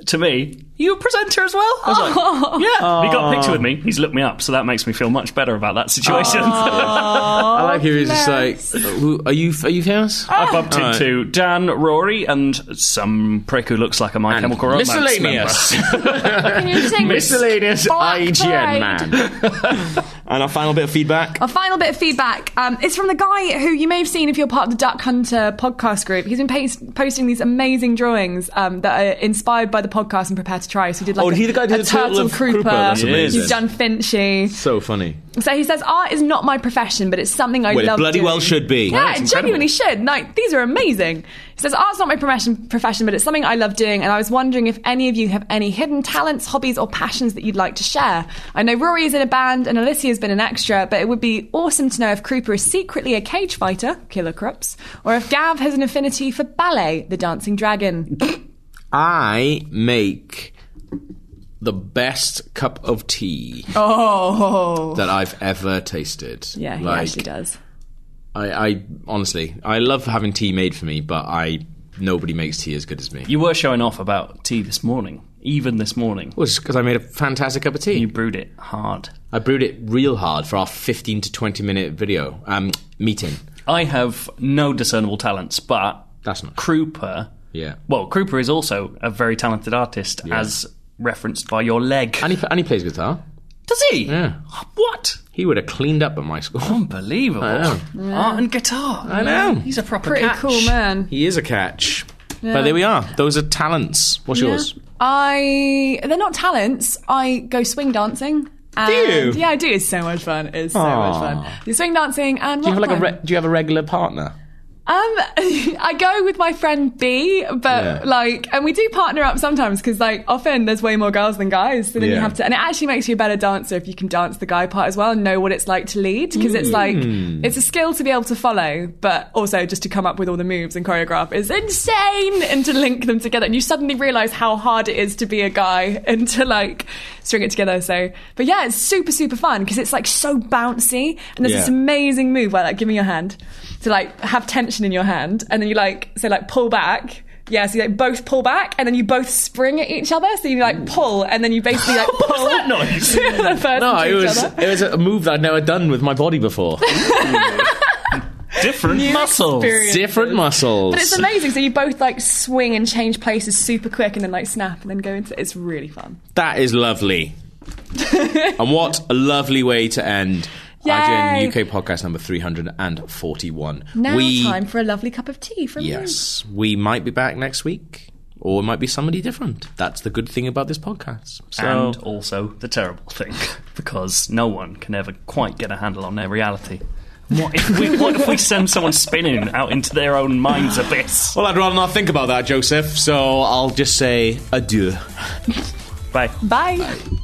Speaker 2: to me, You a presenter as well? I was like,
Speaker 1: Oh.
Speaker 2: Yeah. He got a picture with me. He's looked me up, so that makes me feel much better about that situation.
Speaker 1: I like who is just like, who- are you are you famous?
Speaker 2: I bumped
Speaker 1: All right.
Speaker 2: into Dan, Rory, and some prick who looks like a My Chemical Romance.
Speaker 1: miscellaneous.
Speaker 3: Can you sing
Speaker 1: Miscellaneous
Speaker 3: Black
Speaker 1: IGN
Speaker 3: Pride.
Speaker 1: man. and our final bit of feedback.
Speaker 3: A final bit of feedback. Um, it's from the guy who you may have seen if you're part of the Duck Hunter podcast group. He's been pas- posting these amazing drawings um, that are inspired by the podcast and prepare to try. So he did like
Speaker 1: Oh,
Speaker 3: a,
Speaker 1: he the guy who
Speaker 3: a
Speaker 1: did the Turtle of Krupa? That's
Speaker 2: He is.
Speaker 3: He's done Finchy.
Speaker 1: So funny.
Speaker 3: So he says, art is not my profession, but it's something I
Speaker 1: Well, it
Speaker 3: love
Speaker 1: bloody
Speaker 3: doing."
Speaker 1: well should be.
Speaker 3: Yeah,
Speaker 1: Wow,
Speaker 3: it
Speaker 1: it's
Speaker 3: genuinely should. Like, these are amazing. He says, art's not my profession, profession, but it's something I love doing, and I was wondering if any of you have any hidden talents, hobbies, or passions that you'd like to share. I know Rory is in a band, and Alicia's been an extra, but it would be awesome to know if Krupa is secretly a cage fighter, Killer Krups, or if Gav has an affinity for ballet, the dancing dragon.
Speaker 1: I make the best cup of tea
Speaker 3: Oh.
Speaker 1: that I've ever tasted.
Speaker 3: Yeah, he
Speaker 1: Like,
Speaker 3: actually does.
Speaker 1: I, I honestly, I love having tea made for me, but I nobody makes tea as good as me.
Speaker 2: You were showing off about tea this morning, even this morning.
Speaker 1: Well, it's because I made a fantastic cup of tea.
Speaker 2: You brewed it hard.
Speaker 1: I brewed it real hard for our 15 to 20 minute video um, meeting.
Speaker 2: I have no discernible talents, but
Speaker 1: That's not.
Speaker 2: Krupa.
Speaker 1: Yeah.
Speaker 2: Well, Krupa is also a very talented artist, as referenced by your leg.
Speaker 1: And he, and he plays guitar.
Speaker 2: Does he?
Speaker 1: Yeah.
Speaker 2: What?
Speaker 1: He would have cleaned up at my school.
Speaker 2: Unbelievable.
Speaker 1: I
Speaker 2: Art and guitar. I
Speaker 1: know.
Speaker 2: He's a proper
Speaker 3: Pretty
Speaker 2: catch.
Speaker 3: cool man.
Speaker 1: He is a catch. But there we are. Those are talents. What's yours?
Speaker 3: I they're not talents. I go swing dancing. And
Speaker 1: you?
Speaker 3: Yeah, I do. It's so much fun. It's so much fun. Do swing dancing and
Speaker 1: Do you have
Speaker 3: rock
Speaker 1: like a
Speaker 3: climbing.
Speaker 1: re- Do you have a regular partner?
Speaker 3: Um, I go with my friend B, but
Speaker 1: Yeah.
Speaker 3: like, and we do partner up sometimes because like often there's way more girls than guys, so then you
Speaker 1: Yeah.
Speaker 3: have to, and it actually makes you a better dancer if you can dance the guy part as well and know what it's like to lead because it's like
Speaker 1: Hmm.
Speaker 3: it's a skill to be able to follow, but also just to come up with all the moves and choreograph is insane, and to link them together, and you suddenly realize how hard it is to be a guy and to like string it together. So, but yeah, it's super super fun because it's like so bouncy, and there's
Speaker 1: Yeah.
Speaker 3: this amazing move where like give me your hand to like have tension in your hand and then you like so like pull back yeah so you like both pull back and then you both spring at each other so you like pull and then you basically like pull
Speaker 2: that noise?
Speaker 3: the person
Speaker 1: No,
Speaker 3: to
Speaker 1: it
Speaker 3: each
Speaker 1: was
Speaker 3: other.
Speaker 1: it was a move that I'd never done with my body before.
Speaker 2: Different muscles.
Speaker 3: experience.
Speaker 1: Different muscles.
Speaker 3: but it's amazing so you both like swing and change places super quick and then like snap and then go into it's really fun
Speaker 1: That is lovely. and what a lovely way to end. Ajin
Speaker 3: Yay.
Speaker 1: UK podcast number 341.
Speaker 3: now
Speaker 1: we,
Speaker 3: time for a lovely cup of tea from
Speaker 1: Yes. We might be back next week, or it might be somebody different. That's the good thing about this podcast. So,
Speaker 2: And also the terrible thing, because no one can ever quite get a handle on their reality. What if we, what if we send someone spinning out into their own mind's abyss?
Speaker 1: well, I'd rather not think about that, Joseph, so I'll just say adieu.
Speaker 2: Bye.
Speaker 3: you. bye.